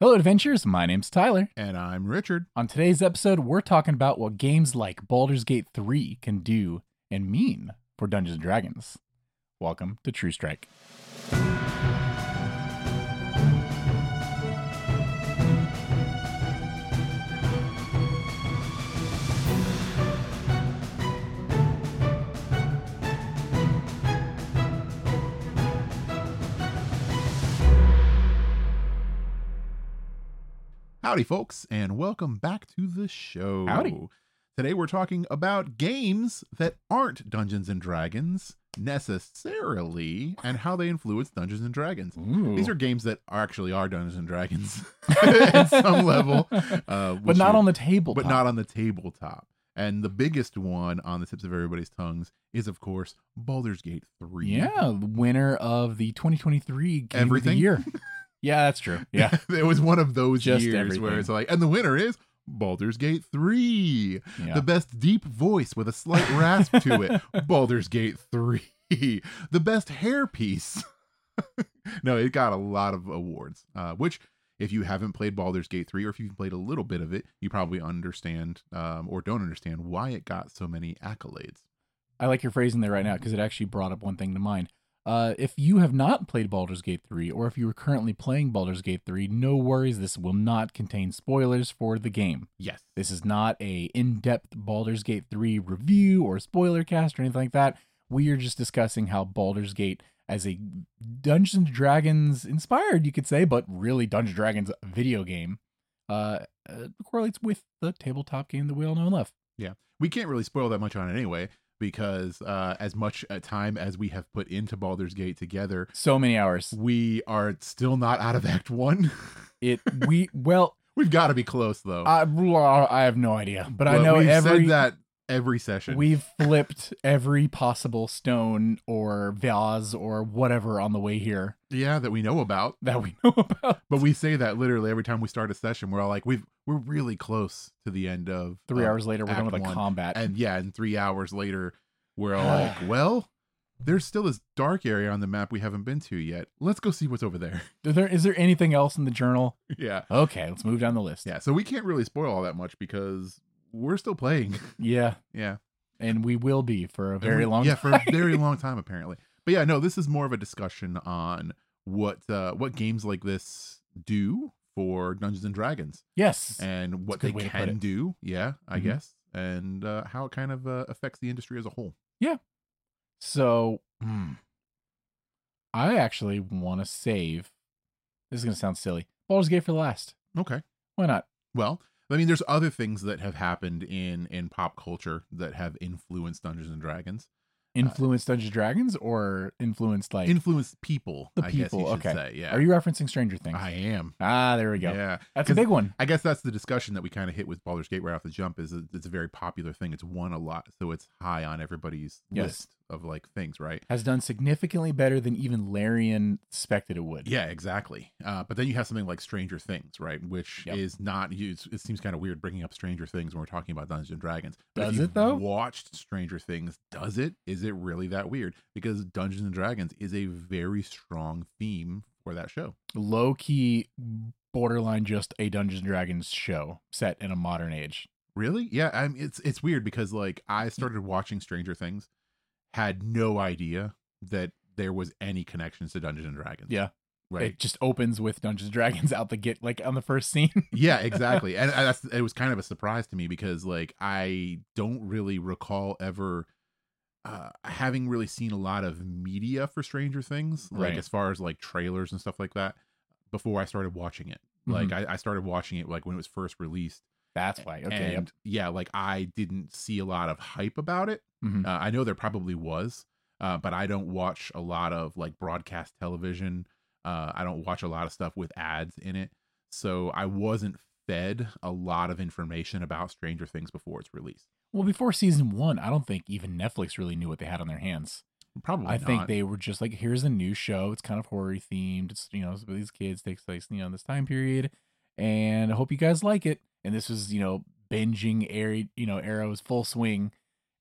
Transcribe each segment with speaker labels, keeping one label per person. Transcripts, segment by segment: Speaker 1: Hello, adventures. My name's Tyler.
Speaker 2: And I'm Richard.
Speaker 1: On today's episode, we're talking about what games like Baldur's Gate 3 can do and mean for Dungeons and Dragons. Welcome to True Strike.
Speaker 2: Howdy, folks, and welcome back to the show.
Speaker 1: Howdy.
Speaker 2: Today we're talking about games that aren't Dungeons and Dragons necessarily and how they influence Dungeons and Dragons.
Speaker 1: Ooh.
Speaker 2: These are games that are actually are Dungeons and Dragons at some level, uh,
Speaker 1: but
Speaker 2: which
Speaker 1: not
Speaker 2: you-
Speaker 1: on the table.
Speaker 2: but not on the tabletop. And the biggest one on the tips of everybody's tongues is, of course, Baldur's Gate 3.
Speaker 1: Yeah, winner of the 2023 Game of
Speaker 2: Everything?
Speaker 1: the Year. yeah, that's true. Yeah.
Speaker 2: it was one of those
Speaker 1: Just
Speaker 2: years
Speaker 1: everything.
Speaker 2: where it's like, and the winner is Baldur's Gate 3.
Speaker 1: yeah.
Speaker 2: The best deep voice with a slight rasp to it. Baldur's Gate 3. The best hairpiece. no, it got a lot of awards, uh, which, if you haven't played Baldur's Gate 3 or if you've played a little bit of it, you probably understand um, or don't understand why it got so many accolades.
Speaker 1: I like your phrase in there right now because it actually brought up one thing to mind. Uh, if you have not played Baldur's Gate 3, or if you are currently playing Baldur's Gate 3, no worries. This will not contain spoilers for the game.
Speaker 2: Yes.
Speaker 1: This is not a in-depth Baldur's Gate 3 review or spoiler cast or anything like that. We are just discussing how Baldur's Gate as a Dungeons and Dragons inspired, you could say, but really Dungeons and Dragons video game, uh, uh correlates with the tabletop game that we all know and love.
Speaker 2: we can't really spoil that much on it anyway because uh, as much uh, time as we have put into Baldur's Gate together,
Speaker 1: So many hours.
Speaker 2: we are still not out of Act One.
Speaker 1: It we well
Speaker 2: We've got to be close though.
Speaker 1: I blah, I have no idea, Uh, but I
Speaker 2: Well,
Speaker 1: know
Speaker 2: we've
Speaker 1: every
Speaker 2: said that every session.
Speaker 1: We've flipped every possible stone or vase or whatever on the way here
Speaker 2: yeah, that we know about,
Speaker 1: that we know about.
Speaker 2: but we say that literally every time we start a session. We're all like, we've we're really close to the end of
Speaker 1: Three
Speaker 2: of
Speaker 1: hours later, we're done
Speaker 2: Act
Speaker 1: with a
Speaker 2: One.
Speaker 1: combat.
Speaker 2: and yeah, and three hours later, we're all like, well. There's still this dark area on the map we haven't been to yet. Let's go see what's over there.
Speaker 1: Is there is there anything else in the journal?
Speaker 2: yeah.
Speaker 1: Okay, let's move down the list.
Speaker 2: Yeah, so we can't really spoil all that much because we're still playing.
Speaker 1: Yeah,
Speaker 2: yeah.
Speaker 1: and we will be for a very
Speaker 2: And we-
Speaker 1: long
Speaker 2: Yeah,
Speaker 1: time.
Speaker 2: for a very long time apparently. But yeah, no, this is more of a discussion on what uh what games like this do for Dungeons and Dragons
Speaker 1: yes,
Speaker 2: and what
Speaker 1: good
Speaker 2: they
Speaker 1: way to put
Speaker 2: can
Speaker 1: it.
Speaker 2: do, yeah, I
Speaker 1: Mhm.
Speaker 2: guess, and uh how it kind of uh, affects the industry as a whole.
Speaker 1: So, hmm. I actually want to save. This is gonna sound silly. Baldur's Gate for the last.
Speaker 2: Okay.
Speaker 1: Why
Speaker 2: Uh,
Speaker 1: not?
Speaker 2: Well, I mean there's other things that have happened in in pop culture that have influenced Dungeons and Dragons.
Speaker 1: Influence Dungeons and Dragons or influenced like?
Speaker 2: Influenced people,
Speaker 1: The
Speaker 2: I guess
Speaker 1: people,
Speaker 2: you should
Speaker 1: okay.
Speaker 2: say. Yeah.
Speaker 1: Are you referencing Stranger Things?
Speaker 2: I am.
Speaker 1: ah, there we go.
Speaker 2: Yeah.
Speaker 1: That's a
Speaker 2: 'Cause-
Speaker 1: big one.
Speaker 2: I guess that's the discussion that we kind of hit with Baldur's Gate right off the jump. Is that it's a very popular thing. It's won a lot, so it's high on everybody's
Speaker 1: Yes.
Speaker 2: list of like things, right?
Speaker 1: Has done significantly better than even Larian expected it would.
Speaker 2: Yeah, exactly. Uh, but then you have something like Stranger Things, right? Which
Speaker 1: Yep.
Speaker 2: is not used. It seems kind of weird bringing up Stranger Things when we're talking about Dungeons and Dragons. But if
Speaker 1: Does
Speaker 2: you've
Speaker 1: it, though?
Speaker 2: Watched Stranger Things. Does it? Is it really that weird? Because Dungeons and Dragons is a very strong theme for that show.
Speaker 1: Low key, borderline just a Dungeons and Dragons show set in a modern age.
Speaker 2: Really? Yeah, I'm it's it's weird because like I
Speaker 1: Mm.
Speaker 2: started watching Stranger Things, had no idea that there was any connections to Dungeons and Dragons.
Speaker 1: Yeah.
Speaker 2: Right.
Speaker 1: It just opens with Dungeons and Dragons out the get like on the first scene.
Speaker 2: yeah, exactly. And I- that's it was kind of a surprise to me because like I don't really recall ever uh having really seen a lot of media for Stranger Things, like
Speaker 1: Right.
Speaker 2: as far as like trailers and stuff like that before I started watching it. Like
Speaker 1: Mm-hmm.
Speaker 2: I, I started watching it like when it was first released.
Speaker 1: that's why. Okay.
Speaker 2: Mm-hmm. and
Speaker 1: Yep.
Speaker 2: yeah, like I didn't see a lot of hype about it.
Speaker 1: Mhm.
Speaker 2: Uh, I know there probably was, uh, but I don't watch a lot of like broadcast television. Uh, I don't watch a lot of stuff with ads in it. So I wasn't fed a lot of information about Stranger Things before its release.
Speaker 1: Well, before season one, I don't think even Netflix really knew what they had on their hands.
Speaker 2: Probably,
Speaker 1: I think
Speaker 2: not.
Speaker 1: they were just like, here's a new show. It's kind of horror themed. It's you know, it's about these kids takes place you know in this time period, and I hope you guys like it. And this was you know binging air you know Arrow's full swing,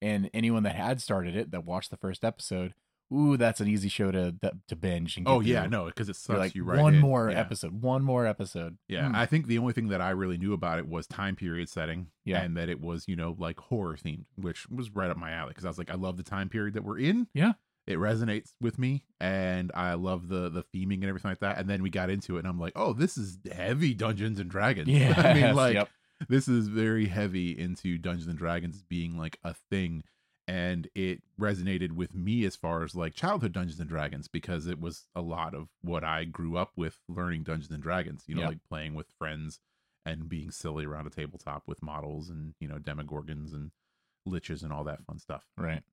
Speaker 1: and anyone that had started it that watched the first episode ooh, that's an easy show to to binge. And get
Speaker 2: Oh yeah,
Speaker 1: through.
Speaker 2: no, because it sucks
Speaker 1: You're like
Speaker 2: you right
Speaker 1: one
Speaker 2: in.
Speaker 1: more
Speaker 2: yeah.
Speaker 1: episode, one more episode.
Speaker 2: Yeah,
Speaker 1: Hmm.
Speaker 2: I think the only thing that I really knew about it was time period setting.
Speaker 1: Yeah.
Speaker 2: and that it was you know like horror themed, which was right up my alley because I was like, I love the time period that we're in.
Speaker 1: Yeah.
Speaker 2: it resonates with me, and I love the the theming and everything like that. And then we got into it, and I'm like, oh, this is heavy Dungeons and Dragons.
Speaker 1: yeah,
Speaker 2: I mean, like this is very heavy into Dungeons and Dragons being like a thing. And it resonated with me as far as like childhood Dungeons and Dragons because it was a lot of what I grew up with learning Dungeons and Dragons, you know,
Speaker 1: Yeah.
Speaker 2: like playing with friends and being silly around a tabletop with models and, you know, demogorgons and liches and all that fun stuff.
Speaker 1: right.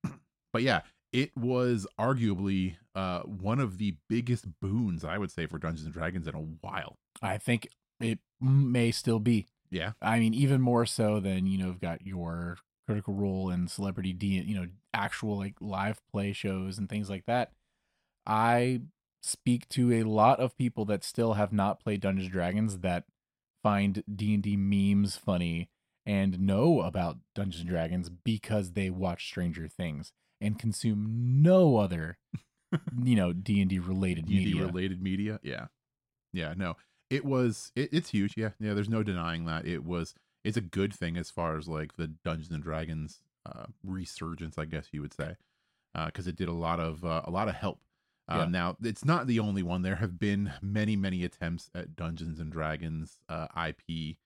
Speaker 2: But yeah, it was arguably uh, one of the biggest boons, I would say, for Dungeons and Dragons in a while.
Speaker 1: I think it may still be.
Speaker 2: Yeah.
Speaker 1: I mean, even more so than you know, you've got your Critical Role and Celebrity D, you know, actual like live play shows and things like that. I speak to a lot of people that still have not played Dungeons and Dragons that find D and D memes funny and know about Dungeons and Dragons because they watch Stranger Things and consume no other, you know, D and D related
Speaker 2: D&D
Speaker 1: media.
Speaker 2: related media. Yeah. Yeah, no. It was it, it's huge. Yeah. Yeah, there's no denying that. It was it's a good thing as far as like the Dungeons and Dragons uh resurgence, I guess you would say. Uh cuz it did a lot of uh, a lot of help. Uh,
Speaker 1: Yeah.
Speaker 2: now, it's not the only one. There have been many, many attempts at Dungeons and Dragons uh IP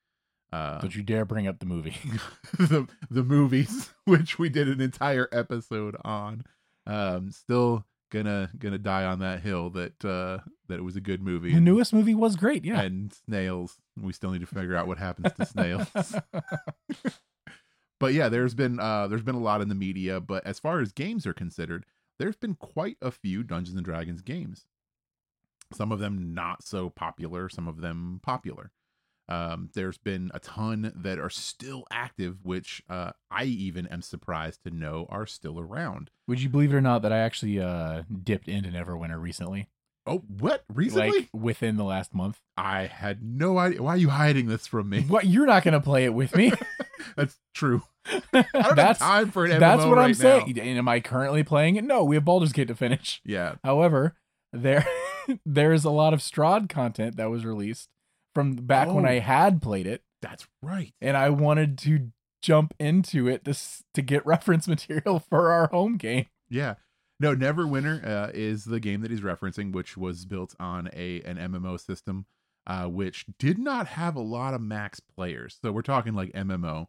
Speaker 2: uh
Speaker 1: Don't you dare bring up the movie.
Speaker 2: the the movies, which we did an entire episode on. Um, still gonna gonna die on that hill that uh, that it was a good movie.
Speaker 1: The newest movie was great. Yeah.
Speaker 2: And snails, we still need to figure out what happens to snails. but yeah, there's been uh, there's been a lot in the media, but as far as games are considered, there's been quite a few Dungeons and Dragons games. Some of them not so popular, some of them popular. Um, there's been a ton that are still active, which uh, I even am surprised to know are still around.
Speaker 1: Would you believe it or not that I actually uh dipped into Neverwinter recently?
Speaker 2: Oh, what recently?
Speaker 1: Like within the last month.
Speaker 2: I had no idea. Why are you hiding this from me?
Speaker 1: What you're not gonna play it with me.
Speaker 2: That's true. I don't
Speaker 1: that's
Speaker 2: have time for an MMO
Speaker 1: that's what
Speaker 2: right
Speaker 1: I'm
Speaker 2: now.
Speaker 1: saying. And am I currently playing it? No, we have Baldur's Gate to finish.
Speaker 2: Yeah,
Speaker 1: However, there there's a lot of Strahd content that was released from back when
Speaker 2: Oh.
Speaker 1: I had played it,
Speaker 2: that's right.
Speaker 1: and I wanted to jump into it to s- to get reference material for our home game.
Speaker 2: Yeah. No, Neverwinter uh, is the game that he's referencing, which was built on a an MMO system, uh, which did not have a lot of max players. So we're talking like MMO,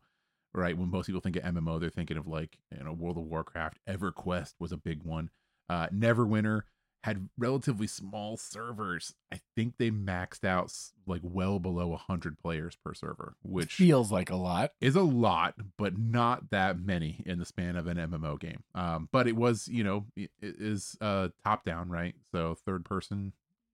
Speaker 2: right? When most people think of MMO, they're thinking of like you know World of Warcraft. EverQuest was a big one. Uh, Neverwinter had relatively small servers. I think they maxed out s- like well below hundred players per server, which
Speaker 1: Feels like a lot.
Speaker 2: is a lot, but not that many in the span of an MMO game. Um, but it was, you know, i- i- is uh top down, right? So third person.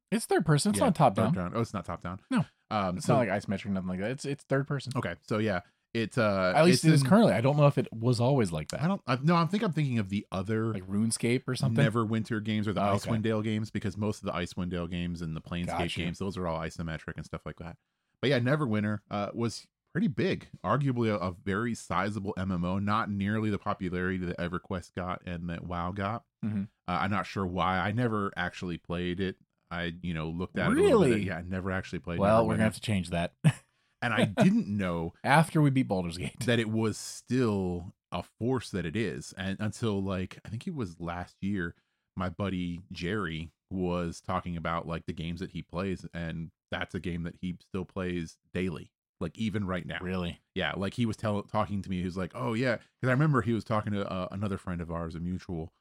Speaker 1: It's third person. It's
Speaker 2: Yeah,
Speaker 1: not top
Speaker 2: third
Speaker 1: down.
Speaker 2: Oh, it's not top down.
Speaker 1: No.
Speaker 2: um,
Speaker 1: It's
Speaker 2: so
Speaker 1: not like isometric, nothing like that. It's it's third person.
Speaker 2: okay, so yeah, it's uh,
Speaker 1: At least
Speaker 2: it's
Speaker 1: it is
Speaker 2: in-
Speaker 1: currently. I don't know if it was always like
Speaker 2: I
Speaker 1: that.
Speaker 2: don't. I, no, I think I'm thinking of the other
Speaker 1: Like RuneScape or something.
Speaker 2: Neverwinter games or the
Speaker 1: Oh, okay.
Speaker 2: Icewind Dale games because most of the Icewind Dale games and the Planescape
Speaker 1: Gotcha.
Speaker 2: games, those are all isometric and stuff like that. But yeah, Neverwinter uh, was pretty big, arguably a, a very sizable MMO, not nearly the popularity that EverQuest got and that WoW got.
Speaker 1: Mhm.
Speaker 2: Uh, I'm not sure why. I never actually played it. I you know looked at it. a little bit.
Speaker 1: Really?
Speaker 2: Yeah, I never actually played.
Speaker 1: well, we're gonna
Speaker 2: Neverwinter.
Speaker 1: have to change that
Speaker 2: and I didn't know
Speaker 1: after we beat Baldur's Gate.
Speaker 2: that it was still a force that it is and until like i think it was last year my buddy jerry was talking about like the games that he plays and that's a game that he still plays daily like even right now
Speaker 1: Really?
Speaker 2: yeah like he was tell- talking to me he was like oh yeah because i remember he was talking to uh, another friend of ours a mutual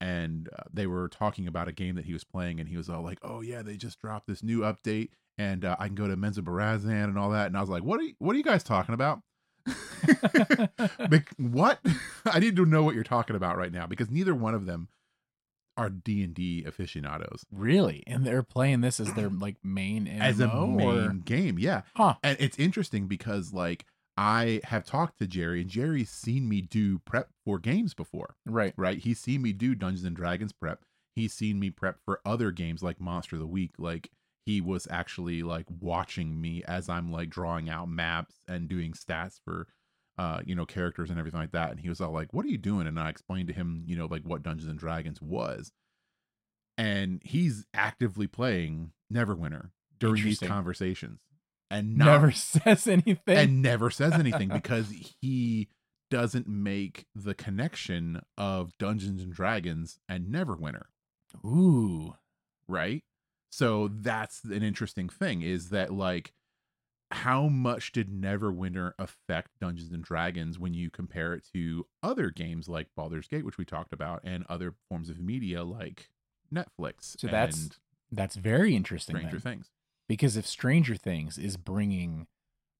Speaker 2: and uh, they were talking about a game that he was playing and he was all like oh yeah they just dropped this new update and uh, i can go to menza barazan and all that and i was like what are you, what are you guys talking about Bec- what i need to know what you're talking about right now because neither one of them are d&d aficionados
Speaker 1: really? And they're playing this as their like main MMO
Speaker 2: as a
Speaker 1: or-
Speaker 2: main game yeah
Speaker 1: huh?
Speaker 2: and it's interesting because like I have talked to Jerry and Jerry's seen me do prep for games before,
Speaker 1: Right.
Speaker 2: right? He's seen me do Dungeons and Dragons prep. He's seen me prep for other games like Monster of the Week. Like he was actually like watching me as I'm like drawing out maps and doing stats for uh you know characters and everything like that and he was all like what are you doing and I explained to him you know like what Dungeons and Dragons was and he's actively playing Neverwinter during these
Speaker 1: Interesting.
Speaker 2: conversations, and not,
Speaker 1: Never says anything.
Speaker 2: and never says anything because he doesn't make the connection of Dungeons and Dragons and Neverwinter,
Speaker 1: Ooh.
Speaker 2: right? So that's an interesting thing is that like how much did Neverwinter affect Dungeons and Dragons when you compare it to other games like Baldur's Gate, which we talked about, and other forms of media like Netflix
Speaker 1: So that's
Speaker 2: and
Speaker 1: That's very interesting.
Speaker 2: Stranger
Speaker 1: then.
Speaker 2: Things.
Speaker 1: Because if Stranger Things is bringing,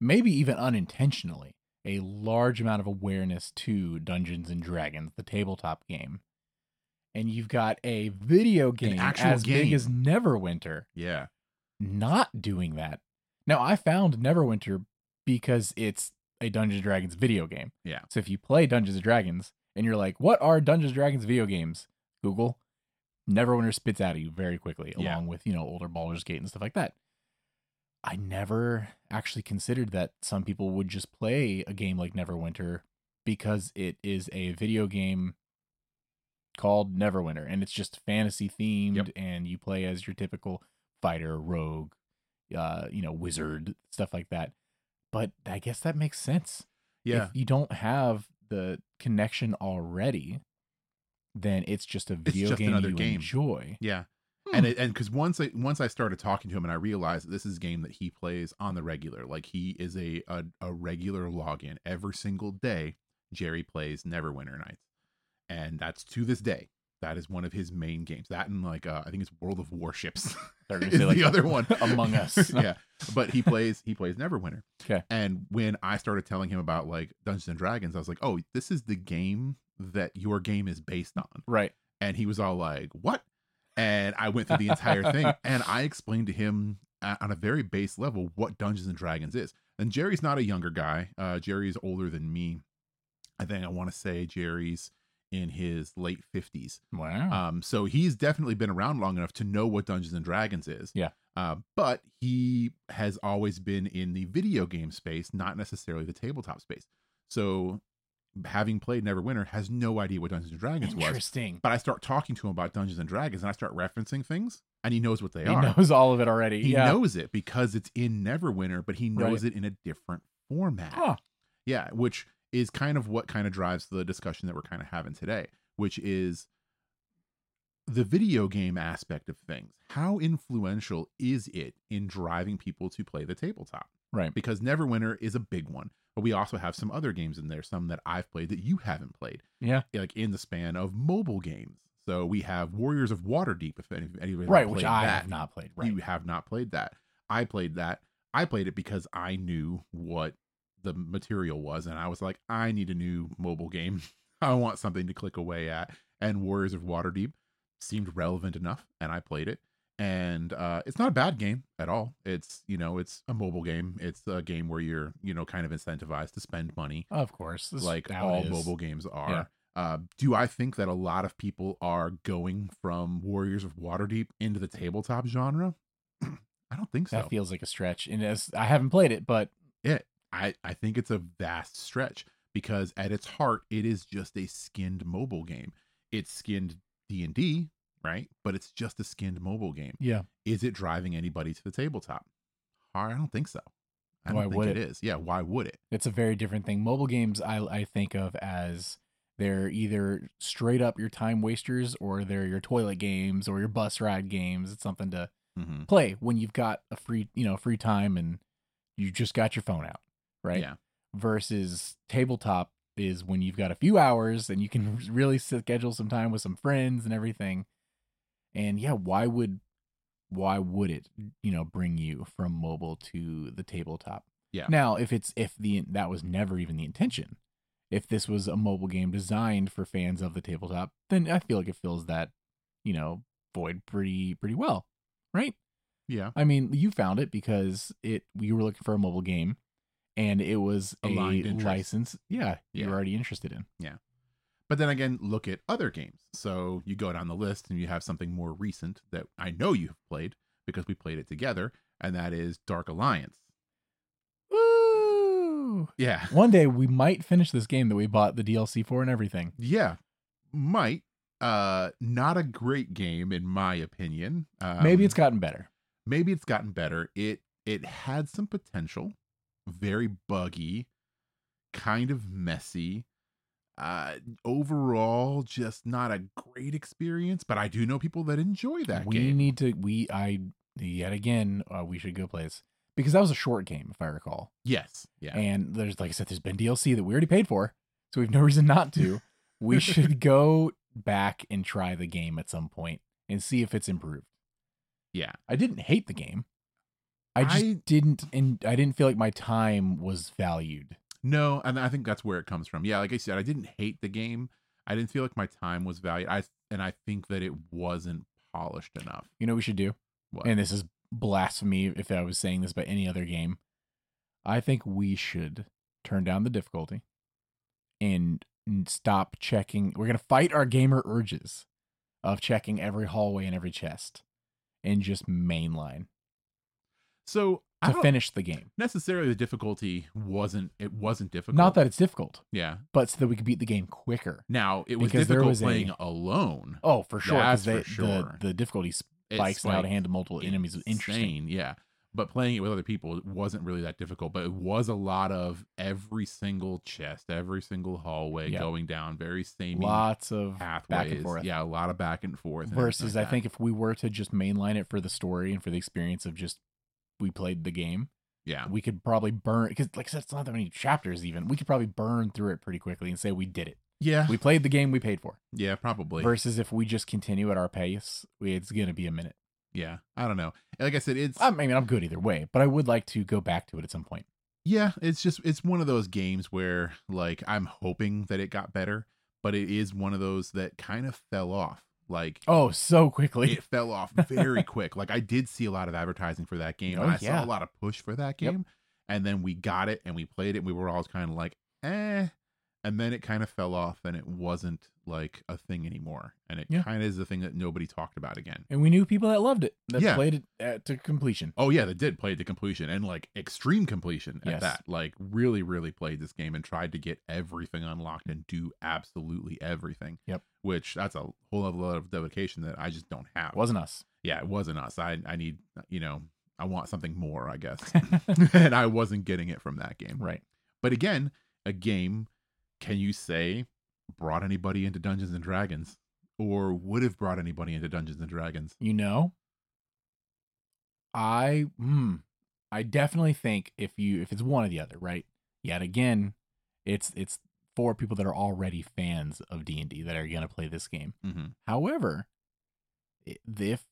Speaker 1: maybe even unintentionally, a large amount of awareness to Dungeons and Dragons, the tabletop game, and you've got a video game
Speaker 2: actual
Speaker 1: as big
Speaker 2: game.
Speaker 1: as Neverwinter,
Speaker 2: Yeah.
Speaker 1: not doing that. Now I found Neverwinter because it's a Dungeons and Dragons video game.
Speaker 2: Yeah.
Speaker 1: So if you play Dungeons and Dragons and you're like, "What are Dungeons and Dragons video games?" Google Neverwinter spits out at you very quickly,
Speaker 2: Yeah.
Speaker 1: along with you know older Baldur's Gate and stuff like that. I never actually considered that some people would just play a game like Neverwinter because it is a video game called Neverwinter and it's just fantasy themed
Speaker 2: Yep.
Speaker 1: and you play as your typical fighter, rogue, uh, you know, wizard, stuff like that. But I guess that makes sense.
Speaker 2: Yeah.
Speaker 1: If you don't have the connection already, then it's just a video
Speaker 2: just
Speaker 1: game
Speaker 2: another
Speaker 1: you
Speaker 2: game.
Speaker 1: enjoy.
Speaker 2: Yeah.
Speaker 1: Hmm.
Speaker 2: And it, and because once I once I started talking to him and I realized that this is a game that he plays on the regular. Like he is a a, a regular login every single day. Jerry plays Neverwinter Nights, and that's to this day. That is one of his main games. That and like uh, I think it's World of Warships.
Speaker 1: They're
Speaker 2: is the other one
Speaker 1: Among Us.
Speaker 2: yeah, but he plays he plays Neverwinter.
Speaker 1: Okay.
Speaker 2: And when I started telling him about like Dungeons and Dragons, I was like, oh, this is the game that your game is based on
Speaker 1: Right.
Speaker 2: and he was all like what and i went through the entire thing and i explained to him uh, on a very base level what dungeons and dragons is and jerry's not a younger guy uh jerry's older than me i think i want to say jerry's in his late 50s
Speaker 1: Wow.
Speaker 2: um, so he's definitely been around long enough to know what Dungeons and Dragons is.
Speaker 1: Yeah.
Speaker 2: Uh, but he has always been in the video game space, not necessarily the tabletop space. So having played Neverwinter has no idea what Dungeons and Dragons was.
Speaker 1: Interesting.
Speaker 2: But I start talking to him about Dungeons and Dragons and I start referencing things and he knows what they
Speaker 1: He
Speaker 2: are.
Speaker 1: knows all of it already.
Speaker 2: he
Speaker 1: yeah.
Speaker 2: knows it because it's in Neverwinter, but he knows it in a different format.
Speaker 1: Huh.
Speaker 2: Yeah, which is kind of what kind of drives the discussion that we're kind of having today, which is the video game aspect of things. How influential is it in driving people to play the tabletop?
Speaker 1: Right.
Speaker 2: Because Neverwinter is a big one, but we also have some other games in there, some that I've played that you haven't played, Eh,
Speaker 1: Yeah.
Speaker 2: like in the span of mobile games. So we have Warriors of Waterdeep, if any- anybody
Speaker 1: Right, which
Speaker 2: played
Speaker 1: I
Speaker 2: that
Speaker 1: have not played. Right.
Speaker 2: you have not played that. I played that. I played it because I knew what the material was, and I was like, I need a new mobile game. I want something to click away at. And Warriors of Waterdeep seemed relevant enough, and I played it. And uh, it's not a bad game at all. It's you know, it's a mobile game. It's a game where you're you know kind of incentivized to spend money
Speaker 1: of course. This is
Speaker 2: like
Speaker 1: how it
Speaker 2: all
Speaker 1: is.
Speaker 2: mobile games are. Uh, do I think that a lot of people are going from Warriors of Waterdeep into the tabletop genre? I don't think so.
Speaker 1: That feels like a stretch. And as I haven't played it, but
Speaker 2: I, I think it's a vast stretch because at its heart, it is just a skinned mobile game. It's skinned D and D, right? But it's just a skinned mobile game.
Speaker 1: yeah.
Speaker 2: Is it driving anybody to the tabletop? I don't think so. I don't
Speaker 1: Why
Speaker 2: think
Speaker 1: would
Speaker 2: it
Speaker 1: it?
Speaker 2: is. Yeah, why would it?
Speaker 1: It's a very different thing. Mobile games, I, I think of as they're either straight up your time wasters or they're your toilet games or your bus ride games. It's something to
Speaker 2: Mm-hmm.
Speaker 1: play when you've got a free, you know, free time and you just got your phone out, right?
Speaker 2: Yeah.
Speaker 1: Versus tabletop is when you've got a few hours and you can really schedule some time with some friends and everything. And yeah, why would why would it, you know, bring you from mobile to the tabletop?
Speaker 2: Yeah.
Speaker 1: Now, if it's if the that was never even the intention. If this was a mobile game designed for fans of the tabletop, then I feel like it fills that, you know, void pretty pretty well, right?
Speaker 2: Yeah.
Speaker 1: I mean, you found it because it you were looking for a mobile game, and it was a
Speaker 2: Aligned interest.
Speaker 1: license. Yeah,
Speaker 2: Yeah.
Speaker 1: you're already interested in.
Speaker 2: But then again, look at other games. So you go down the list and you have something more recent that I know you have played because we played it together, and that is Dark Alliance.
Speaker 1: Woo!
Speaker 2: Yeah.
Speaker 1: One day we might finish this game that we bought the DLC for and everything.
Speaker 2: Yeah. Might. Uh, not a great game in my opinion. Um,
Speaker 1: Maybe it's gotten better.
Speaker 2: maybe it's gotten better. It it had some potential, very buggy, kind of messy. Uh, overall, just not a great experience. But I do know people that enjoy that
Speaker 1: we
Speaker 2: game.
Speaker 1: need to. We I yet again. Uh, we should go play this because that was a short game, if I recall.
Speaker 2: yes, yeah,
Speaker 1: And there's like I said, there's been DLC that we already paid for, so we have no reason not to. we should go back and try the game at some point and see if it's improved.
Speaker 2: yeah.
Speaker 1: I didn't hate the game. I just
Speaker 2: I-
Speaker 1: didn't, and I didn't feel like my time was valued.
Speaker 2: No, and I think that's where it comes from. Yeah, like I said, I didn't hate the game. I didn't feel like my time was valued. I and I think that it wasn't polished enough.
Speaker 1: You know what we should do?
Speaker 2: What?
Speaker 1: and this is blasphemy if I was saying this about any other game. I think we should turn down the difficulty and n- stop checking. We're going to fight our gamer urges of checking every hallway and every chest and just mainline
Speaker 2: so I
Speaker 1: to
Speaker 2: don't
Speaker 1: finish the game.
Speaker 2: necessarily the difficulty wasn't it wasn't difficult.
Speaker 1: Not that it's difficult,
Speaker 2: yeah.
Speaker 1: but so that we could beat the game quicker.
Speaker 2: Now it was
Speaker 1: Because there
Speaker 2: difficult
Speaker 1: was a-
Speaker 2: playing alone.
Speaker 1: Oh, for sure. 'cause
Speaker 2: That's for
Speaker 1: they- the-
Speaker 2: sure.
Speaker 1: The, difficulty
Speaker 2: It
Speaker 1: spikes and how to
Speaker 2: spiked
Speaker 1: handle multiple enemies is interesting.
Speaker 2: insane, Yeah, but playing it with other people it wasn't really that difficult. But it was a lot of every single chest, every single hallway
Speaker 1: Yeah.
Speaker 2: going down, very same
Speaker 1: Lots of
Speaker 2: pathways.
Speaker 1: back and forth.
Speaker 2: Yeah, a lot of back and forth. and everything
Speaker 1: versus
Speaker 2: like
Speaker 1: i
Speaker 2: that.
Speaker 1: think if we were to just mainline it for the story and for the experience of just we played the game
Speaker 2: yeah,
Speaker 1: we could probably burn because like i said it's not that many chapters even we could probably burn through it pretty quickly and say we did it
Speaker 2: yeah,
Speaker 1: we played the game we paid for
Speaker 2: yeah, probably.
Speaker 1: versus if we just continue at our pace we- it's going to be a minute
Speaker 2: yeah, I don't know. And Like I said, it's
Speaker 1: i mean i'm good either way but i would like to go back to it at some point
Speaker 2: yeah, it's just it's one of those games where like I'm hoping that it got better, but it is one of those that kind of fell off. Like
Speaker 1: oh so quickly
Speaker 2: it fell off very quick. Like I did see a lot of advertising for that game.
Speaker 1: Oh,
Speaker 2: and I
Speaker 1: yeah.
Speaker 2: saw a lot of push for that
Speaker 1: Yep.
Speaker 2: game. And then we got it and we played it and we were all kind of like, eh. And then it kind of fell off and it wasn't like a thing anymore. And it
Speaker 1: Yeah.
Speaker 2: kind of is the thing that nobody talked about again.
Speaker 1: and we knew people that loved it that
Speaker 2: Yeah.
Speaker 1: played it uh, to completion
Speaker 2: Oh yeah, they did play it to completion and like extreme completion
Speaker 1: Yes.
Speaker 2: at that. Like really, really played this game and tried to get everything unlocked and do absolutely everything.
Speaker 1: Yep.
Speaker 2: Which that's a whole level of dedication that I just don't have.
Speaker 1: it wasn't us
Speaker 2: yeah, it wasn't us. I I need uh, you know I want something more, I guess, and I wasn't getting it from that game.
Speaker 1: right
Speaker 2: But again, a game can you say brought anybody into Dungeons and Dragons, or would have brought anybody into Dungeons and Dragons?
Speaker 1: You know, I hmm, I definitely think if you if it's one or the other, right? Yet again, it's it's for people that are already fans of D and D that are gonna play this game.
Speaker 2: Mm-hmm.
Speaker 1: However, i- if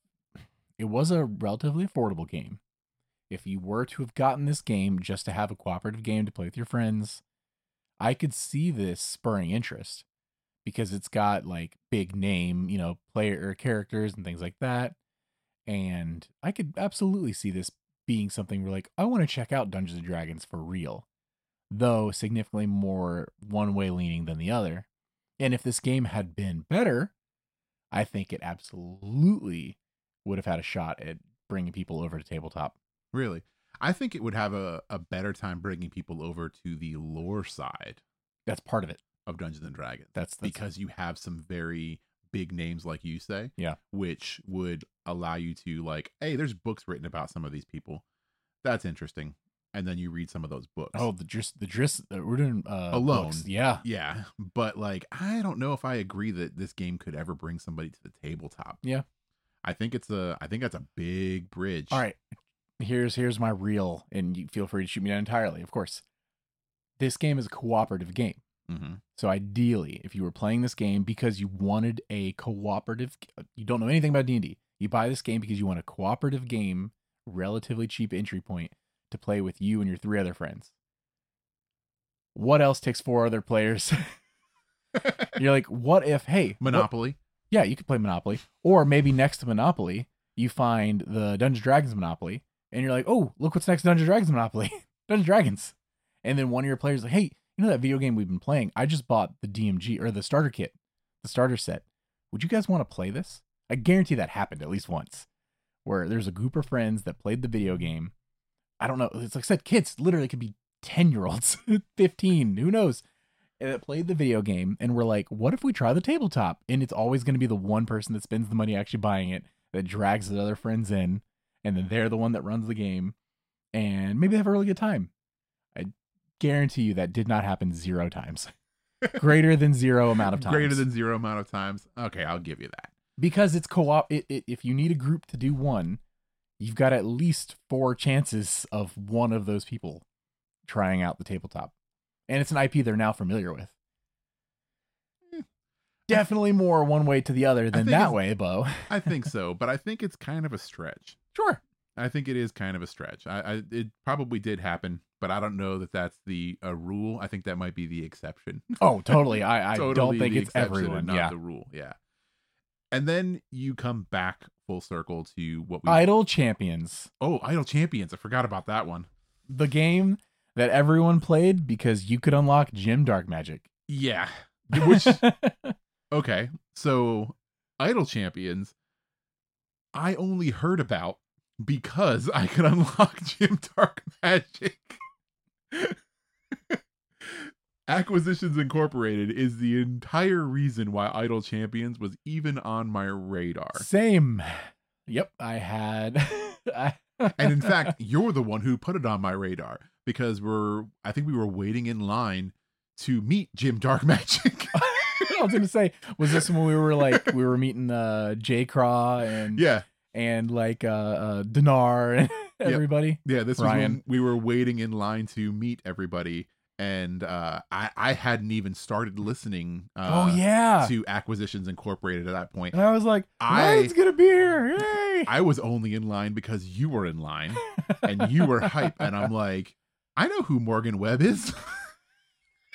Speaker 1: it was a relatively affordable game, if you were to have gotten this game just to have a cooperative game to play with your friends, I could see this spurring interest because it's got like big name, you know, player characters and things like that. And I could absolutely see this being something where like I want to check out Dungeons and Dragons for real, though significantly more one way leaning than the other. And if this game had been better, I think it absolutely would have had a shot at bringing people over to tabletop.
Speaker 2: Really, I think it would have a a better time bringing people over to the lore side
Speaker 1: That's part of it.
Speaker 2: of Dungeons and Dragons.
Speaker 1: That's, that's
Speaker 2: because you have some very big names like you say
Speaker 1: Yeah.
Speaker 2: which would allow you to like hey there's books written about some of these people that's interesting and then you read some of those books
Speaker 1: oh the just the dress uh, we're doing uh,
Speaker 2: Alone.
Speaker 1: books. Yeah,
Speaker 2: yeah but like i don't know if i agree that this game could ever bring somebody to the tabletop
Speaker 1: Yeah.
Speaker 2: i think it's a i think that's a big bridge
Speaker 1: All right. Here's here's my reel, and you feel free to shoot me down entirely, of course. This game is a cooperative game.
Speaker 2: mm-hmm.
Speaker 1: So ideally, if you were playing this game because you wanted a cooperative, uh, you don't know anything about D and D, you buy this game because you want a cooperative game, relatively cheap entry point to play with you and your three other friends. What else takes four other players? You're like, what if? Hey, what-
Speaker 2: monopoly
Speaker 1: yeah, you could play Monopoly. Or maybe next to Monopoly, you find the Dungeons and Dragons Monopoly, and you're like, oh, look what's next to Dungeons and Dragons Monopoly. Dungeons and Dragons. And then one of your players like, hey, you know that video game we've been playing? I just bought the DMG or the starter kit, the starter set. Would you guys want to play this? I guarantee that happened at least once. Where there's a group of friends that played the video game. I don't know. It's like I said, kids literally could be 10 year olds, 15, who knows? that played the video game and were like, what if we try the tabletop? And it's always going to be the one person that spends the money actually buying it that drags the other friends in. And then they're the one that runs the game. And maybe they have a really good time. I guarantee you that did not happen zero times. Greater than zero amount of times.
Speaker 2: Greater than zero amount of times. Okay, I'll give you that.
Speaker 1: because it's co-op it, it, if you need a group to do one you've got at least four chances of one of those people trying out the tabletop and it's an ip they're now familiar with definitely more one way to the other than
Speaker 2: Hmm. think
Speaker 1: that
Speaker 2: it's-
Speaker 1: way bo
Speaker 2: I think so, but I think it's kind of a stretch.
Speaker 1: sure
Speaker 2: I think it is kind of a stretch. I, I it probably did happen, but I don't know that that's the a rule. I think that might be the exception.
Speaker 1: oh totally i, I
Speaker 2: Totally
Speaker 1: don't think
Speaker 2: the
Speaker 1: it's
Speaker 2: exception and
Speaker 1: everyone
Speaker 2: not
Speaker 1: yeah
Speaker 2: the rule. Yeah. And then you come back full circle to what we
Speaker 1: idol champions
Speaker 2: oh idol champions. I forgot about that one.
Speaker 1: the game that everyone played because you could unlock gym dark magic
Speaker 2: Yeah. Which okay, so idol champions, I only heard about because I could unlock Jim Dark Magic. Acquisitions Incorporated is the entire reason why Idol Champions was even on my radar.
Speaker 1: same yep i had I,
Speaker 2: And in fact, you're the one who put it on my radar because we're I think we were waiting in line to meet Jim Dark Magic.
Speaker 1: I was gonna say, was this when we were like we were meeting uh J Craw and
Speaker 2: yeah.
Speaker 1: and like uh, uh Dinar and everybody?
Speaker 2: Yeah, this was
Speaker 1: Ryan.
Speaker 2: when we were waiting in line to meet everybody, and uh, I I hadn't even started listening. Uh,
Speaker 1: oh yeah.
Speaker 2: To Acquisitions Incorporated at that point,
Speaker 1: And I was like,
Speaker 2: I-
Speaker 1: Ryan's gonna be here. Yay.
Speaker 2: I was only in line because you were in line and you were hype, and I'm like, I know who Morgan Webb is,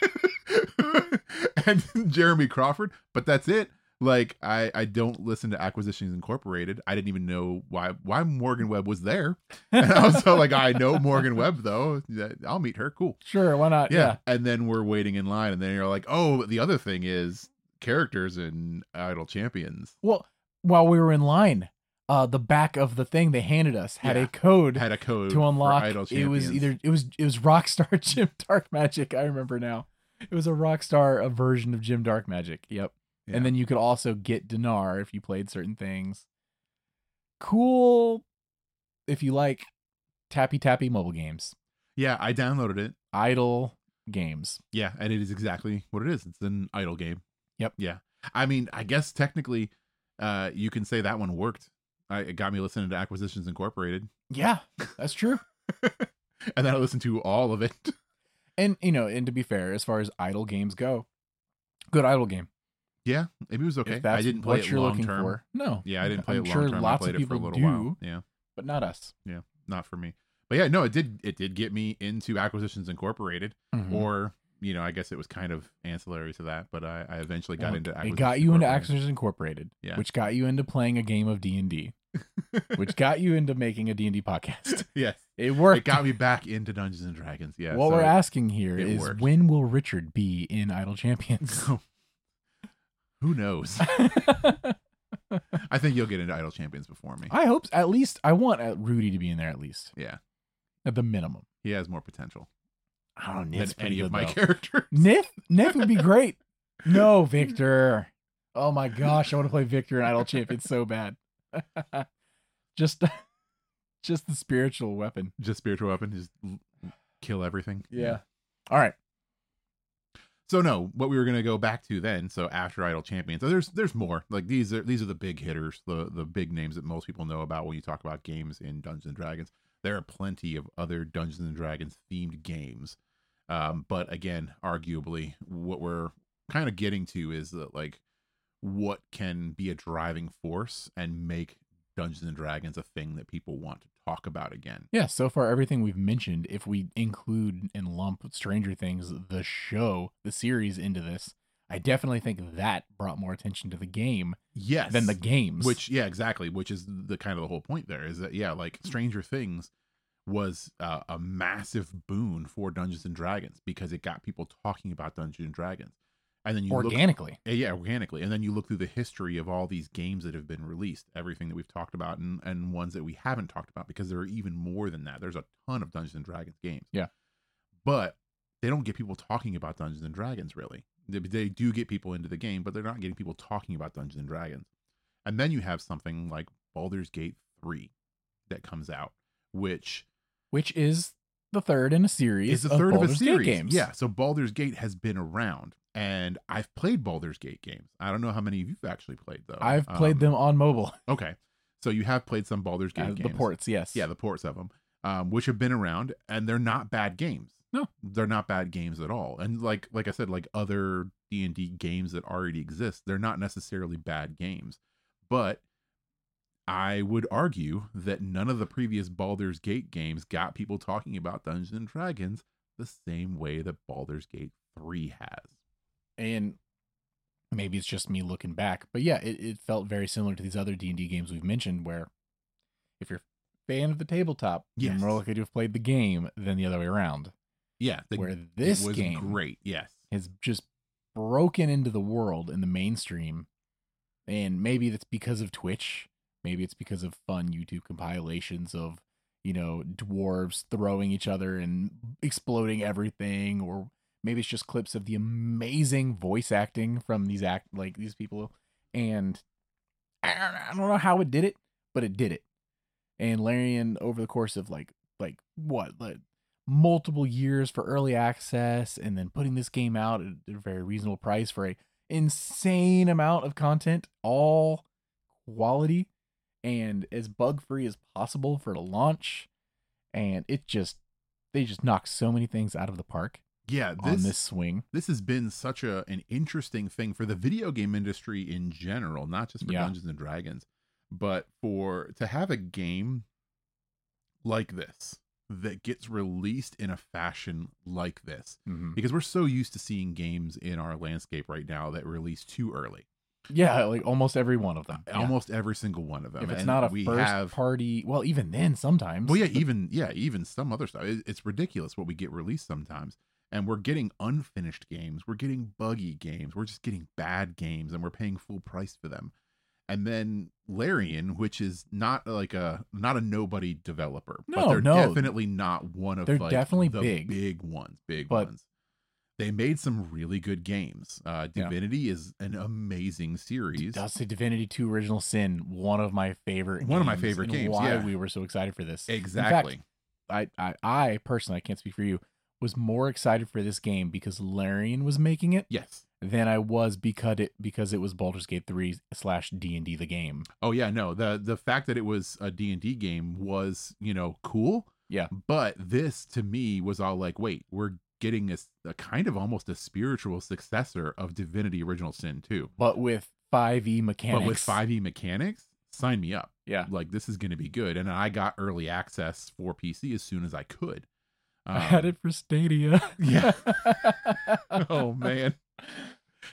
Speaker 2: and Jeremy Crawford, but that's it. Like I I don't listen to Acquisitions Incorporated. I didn't even know why why Morgan Webb was there, and I was so like, I know Morgan Webb though. I'll meet her. Cool.
Speaker 1: sure, why not?
Speaker 2: yeah. And then we're waiting in line, and then you're like, oh, the other thing is characters in Idol Champions
Speaker 1: Well, while we were in line, uh the back of the thing they handed us had
Speaker 2: Yeah.
Speaker 1: a code
Speaker 2: had a code
Speaker 1: to unlock
Speaker 2: For Idol
Speaker 1: it
Speaker 2: Champions.
Speaker 1: was either it was it was Rockstar Jim Dark Magic, I remember now. It was a Rockstar a version of Jim Dark Magic. Yep.
Speaker 2: Yeah.
Speaker 1: And then you could also get Dinar if you played certain things. Cool if you like tappy tappy mobile games.
Speaker 2: yeah, I downloaded it.
Speaker 1: Idle games.
Speaker 2: Yeah, and it is exactly what it is. It's an Idol game.
Speaker 1: Yep.
Speaker 2: Yeah. I mean, I guess technically, uh, you can say that one worked. I, it got me listening to Acquisitions Incorporated,
Speaker 1: Yeah, that's true.
Speaker 2: and then I listened to all of it.
Speaker 1: and you know, and to be fair, as far as idle games go, good idle game.
Speaker 2: yeah, maybe it was okay.
Speaker 1: If that's
Speaker 2: I didn't play
Speaker 1: what
Speaker 2: it
Speaker 1: you're
Speaker 2: long
Speaker 1: looking
Speaker 2: term.
Speaker 1: for. No.
Speaker 2: Yeah, I didn't play
Speaker 1: I'm
Speaker 2: it long
Speaker 1: sure
Speaker 2: term.
Speaker 1: Lots
Speaker 2: I played
Speaker 1: of
Speaker 2: it for
Speaker 1: people
Speaker 2: a little
Speaker 1: do,
Speaker 2: while. Yeah.
Speaker 1: but not us.
Speaker 2: not for me. But yeah, no, it did it did get me into Acquisitions Incorporated,
Speaker 1: Mhm.
Speaker 2: or you know, I guess it was kind of ancillary to that, but I, I eventually got
Speaker 1: Well,
Speaker 2: into
Speaker 1: Oh, it
Speaker 2: Acquisitions
Speaker 1: got you into
Speaker 2: Incorporated.
Speaker 1: Acquisitions Incorporated,
Speaker 2: Yeah.
Speaker 1: which got you into playing a game of D and D, which got you into making a D and D podcast.
Speaker 2: yes,
Speaker 1: It worked.
Speaker 2: it got me back into Dungeons and Dragons. Yeah,
Speaker 1: what
Speaker 2: so
Speaker 1: we're
Speaker 2: it-
Speaker 1: asking here
Speaker 2: it
Speaker 1: is
Speaker 2: worked.
Speaker 1: when will Richard be in Idle Champions?
Speaker 2: who knows?
Speaker 1: I
Speaker 2: I think you'll get into Idol Champions before me.
Speaker 1: hope at least I want uh, Rudy to be in there at least
Speaker 2: Yeah,
Speaker 1: at the minimum.
Speaker 2: he has more potential
Speaker 1: I don't know.
Speaker 2: than
Speaker 1: Nith's pretty
Speaker 2: any of
Speaker 1: good,
Speaker 2: my
Speaker 1: though.
Speaker 2: characters.
Speaker 1: Nith Nith would be great. No, Victor. Oh my gosh, I want to play Victor in Idle Champions so bad. just just the spiritual weapon.
Speaker 2: Just spiritual weapon, just l- kill everything.
Speaker 1: All right.
Speaker 2: So no, what we were gonna go back to then. So after Idol Champions, so there's there's more. Like these are these are the big hitters, the the big names that most people know about when you talk about games in Dungeons and Dragons. There are plenty of other Dungeons and Dragons themed games, um, but again, arguably, what we're kind of getting to is that like what can be a driving force and make Dungeons and Dragons a thing that people want to talk about again.
Speaker 1: Yeah, so far everything we've mentioned, if we include and lump Stranger Things, the show, the series into this, I definitely think that brought more attention to the game
Speaker 2: Yes,
Speaker 1: than the games.
Speaker 2: Which yeah, exactly. Which is the kind of the whole point there is that yeah, like Stranger Things was uh, a massive boon for Dungeons and Dragons because it got people talking about Dungeons and Dragons, and then you look,
Speaker 1: organically.
Speaker 2: uh, yeah, organically, and then you look through the history of all these games that have been released, everything that we've talked about, and and ones that we haven't talked about because there are even more than that. There's a ton of Dungeons and Dragons games.
Speaker 1: Yeah.
Speaker 2: but they don't get people talking about Dungeons and Dragons really. They, they do get people into the game, but they're not getting people talking about Dungeons and Dragons. And then you have something like Baldur's Gate 3 that comes out, which
Speaker 1: which is the third in a series.
Speaker 2: is the third of, a
Speaker 1: Baldur's Gate
Speaker 2: series.
Speaker 1: games.
Speaker 2: Yeah, so Baldur's Gate has been around, and I've played Baldur's Gate games. I don't know how many of you've actually played though.
Speaker 1: I've played
Speaker 2: Um,
Speaker 1: them on mobile.
Speaker 2: Okay, so you have played some Baldur's Gate
Speaker 1: Uh,
Speaker 2: games.
Speaker 1: the ports, yes.
Speaker 2: Yeah, the ports of them, um, which have been around, and they're not bad games.
Speaker 1: No.
Speaker 2: they're not bad games at all. And like like I said, like other D and D games that already exist, they're not necessarily bad games. But I would argue that none of the previous Baldur's Gate games got people talking about Dungeons and Dragons the same way that Baldur's Gate Three has.
Speaker 1: and maybe it's just me looking back, but yeah, it, it felt very similar to these other D and D games we've mentioned, where if you're a fan of the tabletop,
Speaker 2: Yes.
Speaker 1: you're more likely to have played the game than the other way around.
Speaker 2: Yeah, the,
Speaker 1: where
Speaker 2: it
Speaker 1: this
Speaker 2: was
Speaker 1: game
Speaker 2: great. Yes,
Speaker 1: has just broken into the world in the mainstream, and maybe that's because of Twitch. Maybe it's because of fun YouTube compilations of you know dwarves throwing each other and exploding everything, or maybe it's just clips of the amazing voice acting from these act like these people. And I don't, I don't know how it did it, but it did it. And Larian, over the course of like like what like multiple years for early access and then putting this game out at a very reasonable price for a insane amount of content all quality and as bug free as possible for the launch and it just they just knocked so many things out of the park
Speaker 2: yeah.
Speaker 1: on this swing
Speaker 2: this has been such a an interesting thing for the video game industry in general, not just for
Speaker 1: Yeah.
Speaker 2: Dungeons and Dragons, but for to have a game like this that gets released in a fashion like this
Speaker 1: Mm.
Speaker 2: because we're so used to seeing games in our landscape right now that release too early
Speaker 1: yeah like almost every one of them Yeah.
Speaker 2: almost every single one of them
Speaker 1: if it's
Speaker 2: And
Speaker 1: not a
Speaker 2: we
Speaker 1: first
Speaker 2: have
Speaker 1: party well even then sometimes
Speaker 2: Well, yeah, even yeah, even some other stuff. It- it's ridiculous what we get released sometimes, and we're getting unfinished games. We're getting buggy games. We're just getting bad games, and we're paying full price for them. And then Larian, which is not like a not a nobody developer, but
Speaker 1: No,
Speaker 2: they're
Speaker 1: no.
Speaker 2: definitely not one of
Speaker 1: They're
Speaker 2: like,
Speaker 1: definitely
Speaker 2: the
Speaker 1: big.
Speaker 2: big ones, big
Speaker 1: But-
Speaker 2: ones. They made some really good games. Uh,
Speaker 1: Yeah.
Speaker 2: Divinity is an amazing series.
Speaker 1: Dusty Divinity 2 Original Sin, one of my favorite
Speaker 2: One of my
Speaker 1: games
Speaker 2: favorite
Speaker 1: and
Speaker 2: games,
Speaker 1: Why
Speaker 2: yeah.
Speaker 1: we were so excited for this. In fact,
Speaker 2: Exactly.
Speaker 1: I, I I personally I can't speak for you, was more excited for this game because Larian was making it
Speaker 2: yes.
Speaker 1: than I was because it because it was Baldur's Gate 3 slash D and D the game.
Speaker 2: Oh yeah, no. The the fact that it was a D&D game was, you know, cool.
Speaker 1: Yeah.
Speaker 2: But this to me was all like, wait, we're getting a, s- a kind of almost a spiritual successor of Divinity Original Sin 2.
Speaker 1: But with 5e mechanics.
Speaker 2: But with 5e mechanics, sign me up.
Speaker 1: Yeah.
Speaker 2: Like this is going to be good and I got early access for PC as soon as I could.
Speaker 1: I had
Speaker 2: Um,
Speaker 1: it for Stadia.
Speaker 2: Yeah. Oh man.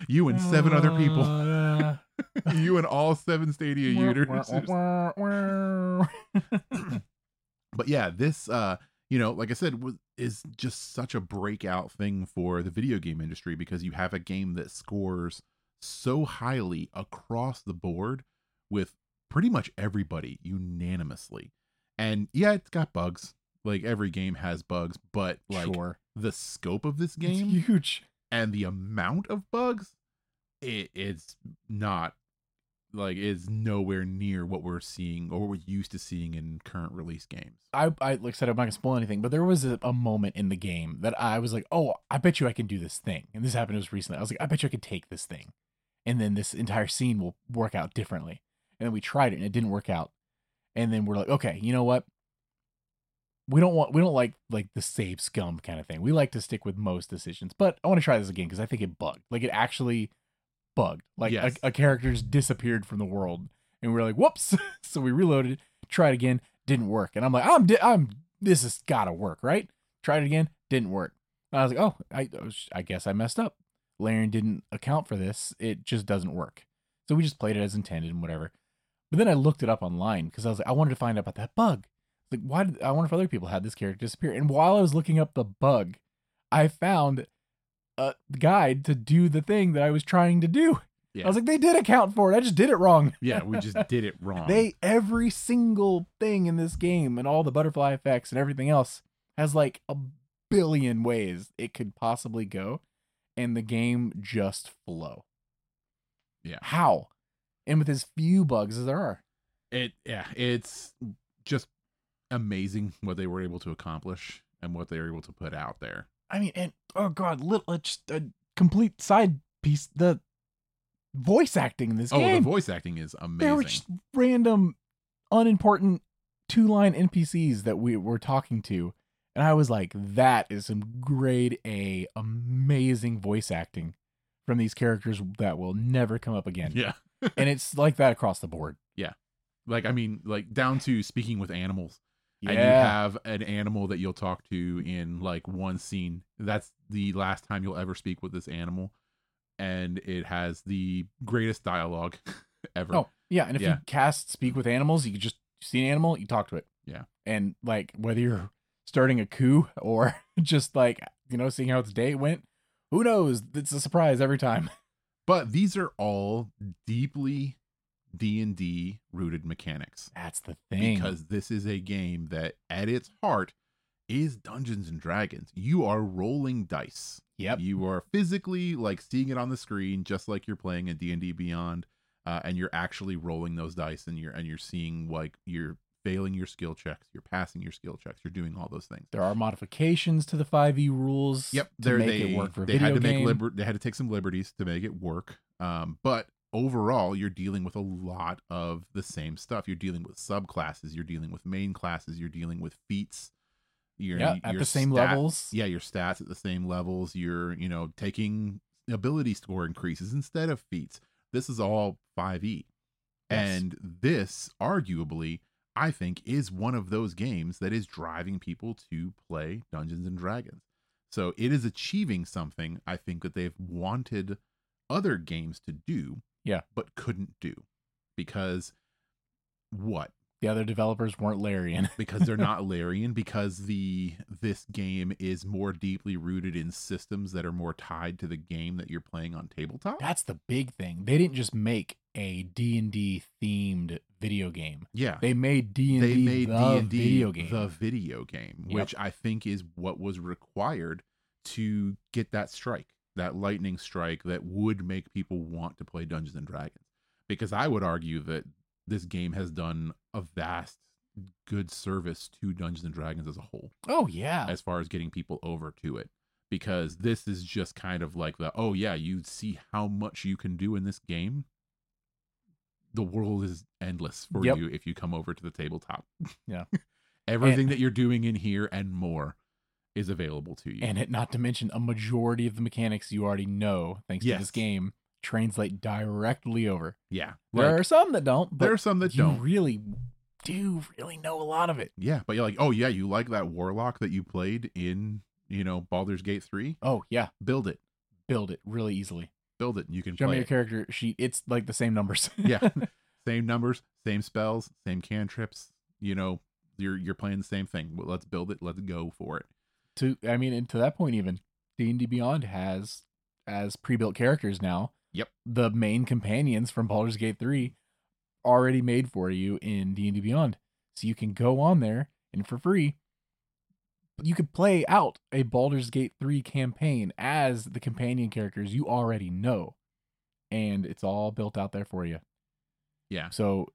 Speaker 2: You and seven other people.
Speaker 1: Uh,
Speaker 2: you and all seven Stadia users. but yeah this uh you know like i said was, is just such a breakout thing for the video game industry because you have a game that scores so highly across the board with pretty much everybody unanimously and yeah it's got bugs like every game has bugs but like
Speaker 1: sure.
Speaker 2: the scope of this
Speaker 1: It's
Speaker 2: game
Speaker 1: huge.
Speaker 2: and the amount of bugs it, it's not like it's nowhere near what we're seeing or what we're used to seeing in current release games
Speaker 1: I, I like I said, I'm not gonna spoil anything, but there was a, a moment in the game that I was like, oh, I bet you I can do this thing. And this happened to us recently. I was like, I bet you I could take this thing, and then this entire scene will work out differently. And then we tried it and it didn't work out. And then we're like, okay, you know what? We don't want we don't like like the save scum kind of thing. We like to stick with most decisions, but I want to try this again because I think it bugged. Like it actually bugged. Like
Speaker 2: Yes.
Speaker 1: a, a character's disappeared from the world, and we we're like, whoops. so we reloaded, tried again, didn't work. And I'm like, I'm di- I'm this has got to work, right? Tried it again, didn't work. And I was like, oh, I oh, sh- I guess I messed up. Larian didn't account for this. It just doesn't work. So we just played it as intended and whatever. But then I looked it up online because I was like, I wanted to find out about that bug. Like, why did I wonder if other people had this character disappear? And while I was looking up the bug, I found a guide to do the thing that I was trying to do.
Speaker 2: yeah
Speaker 1: I was like, they did account for it. I just did it wrong.
Speaker 2: yeah we just did it wrong
Speaker 1: They every single thing in this game and all the butterfly effects and everything else has like a billion ways it could possibly go, and the game just flow.
Speaker 2: Yeah.
Speaker 1: How? And with as few bugs as there are.
Speaker 2: It yeah, it's just amazing what they were able to accomplish and what they were able to put out there.
Speaker 1: I mean, and oh god, little uh, just a complete side piece. The voice acting in this
Speaker 2: Oh, the
Speaker 1: game.
Speaker 2: voice acting is
Speaker 1: They
Speaker 2: amazing.
Speaker 1: were just random, unimportant two line NPCs that we were talking to. And I was like, that is some grade A amazing voice acting from these characters that will never come up again.
Speaker 2: yeah.
Speaker 1: And it's like that across the board.
Speaker 2: Like I mean, like down to speaking with animals.
Speaker 1: Yeah.
Speaker 2: And you have an animal that you'll talk to in like one scene. That's the last time you'll ever speak with this animal. And it has the greatest dialogue ever.
Speaker 1: oh, yeah. And if you
Speaker 2: Yeah.
Speaker 1: cast speak with animals, you could just see an animal, you talk to it.
Speaker 2: Yeah.
Speaker 1: And like whether you're starting a coup or just like, you know, seeing how its day went, who knows? It's a surprise every time.
Speaker 2: But these are all deeply D&D rooted mechanics.
Speaker 1: That's the thing.
Speaker 2: because this is a game that at its heart is Dungeons and Dragons. You are rolling dice.
Speaker 1: yep.
Speaker 2: You are physically like seeing it on the screen just like you're playing in D&D Beyond uh, and you're actually rolling those dice and you're and you're seeing like you're failing your skill checks, you're passing your skill checks, you're doing all those things.
Speaker 1: There are modifications to the 5e rules.
Speaker 2: Yep,
Speaker 1: to
Speaker 2: there
Speaker 1: make
Speaker 2: they
Speaker 1: it work for
Speaker 2: they
Speaker 1: video
Speaker 2: had to
Speaker 1: game.
Speaker 2: make liber- they had to take some liberties to make it work. Um, but overall, you're dealing with a lot of the same stuff. You're dealing with subclasses, you're dealing with main classes, you're dealing with feats. Your,
Speaker 1: yeah, at
Speaker 2: your
Speaker 1: the same
Speaker 2: stat-
Speaker 1: levels.
Speaker 2: Yeah, your stats at the same levels. You're you know taking ability score increases instead of feats. This is all five e,
Speaker 1: Yes.
Speaker 2: and this arguably. I think is one of those games that is driving people to play Dungeons and Dragons. So it is achieving something I think that they've wanted other games to do,
Speaker 1: Yeah.
Speaker 2: but couldn't do because what?
Speaker 1: The other developers weren't Larian.
Speaker 2: Because they're not Larian. Because the this game is more deeply rooted in systems that are more tied to the game that you're playing on tabletop.
Speaker 1: That's the big thing. They didn't just make a D&D themed video game.
Speaker 2: Yeah,
Speaker 1: They made D&D
Speaker 2: they made
Speaker 1: the
Speaker 2: D&D
Speaker 1: video game.
Speaker 2: the video game,
Speaker 1: Yep.
Speaker 2: which I think is what was required to get that strike, that lightning strike that would make people want to play Dungeons and Dragons. Because I would argue that this game has done a vast good service to Dungeons and Dragons as a whole
Speaker 1: oh yeah.
Speaker 2: as far as getting people over to it because this is just kind of like the oh yeah you see how much you can do in this game the world is endless for
Speaker 1: Yep.
Speaker 2: you if you come over to the tabletop
Speaker 1: Yeah.
Speaker 2: everything that you're doing in here and more is available to you
Speaker 1: And it not to mention a majority of the mechanics you already know thanks to
Speaker 2: Yes.
Speaker 1: this game translate directly over.
Speaker 2: yeah
Speaker 1: There
Speaker 2: like,
Speaker 1: are some that don't, but
Speaker 2: there are some that
Speaker 1: you
Speaker 2: don't
Speaker 1: really do really know a lot of it.
Speaker 2: yeah but you're like oh yeah you like that warlock that you played in you know Baldur's Gate 3
Speaker 1: Oh yeah,
Speaker 2: build it
Speaker 1: build it really easily.
Speaker 2: build it and you can
Speaker 1: Show me
Speaker 2: play
Speaker 1: your
Speaker 2: it.
Speaker 1: character sheet. It's like the same numbers.
Speaker 2: yeah same numbers same spells same cantrips you know you're you're playing the same thing Well, let's build it let's go for it
Speaker 1: to I mean, and to that point, even D and D Beyond has as pre-built characters now.
Speaker 2: Yep.
Speaker 1: The main companions from Baldur's Gate three already made for you in D and D Beyond, so you can go on there and for free. You could play out a Baldur's Gate 3 campaign as the companion characters you already know. And it's all built out there for you.
Speaker 2: yeah
Speaker 1: So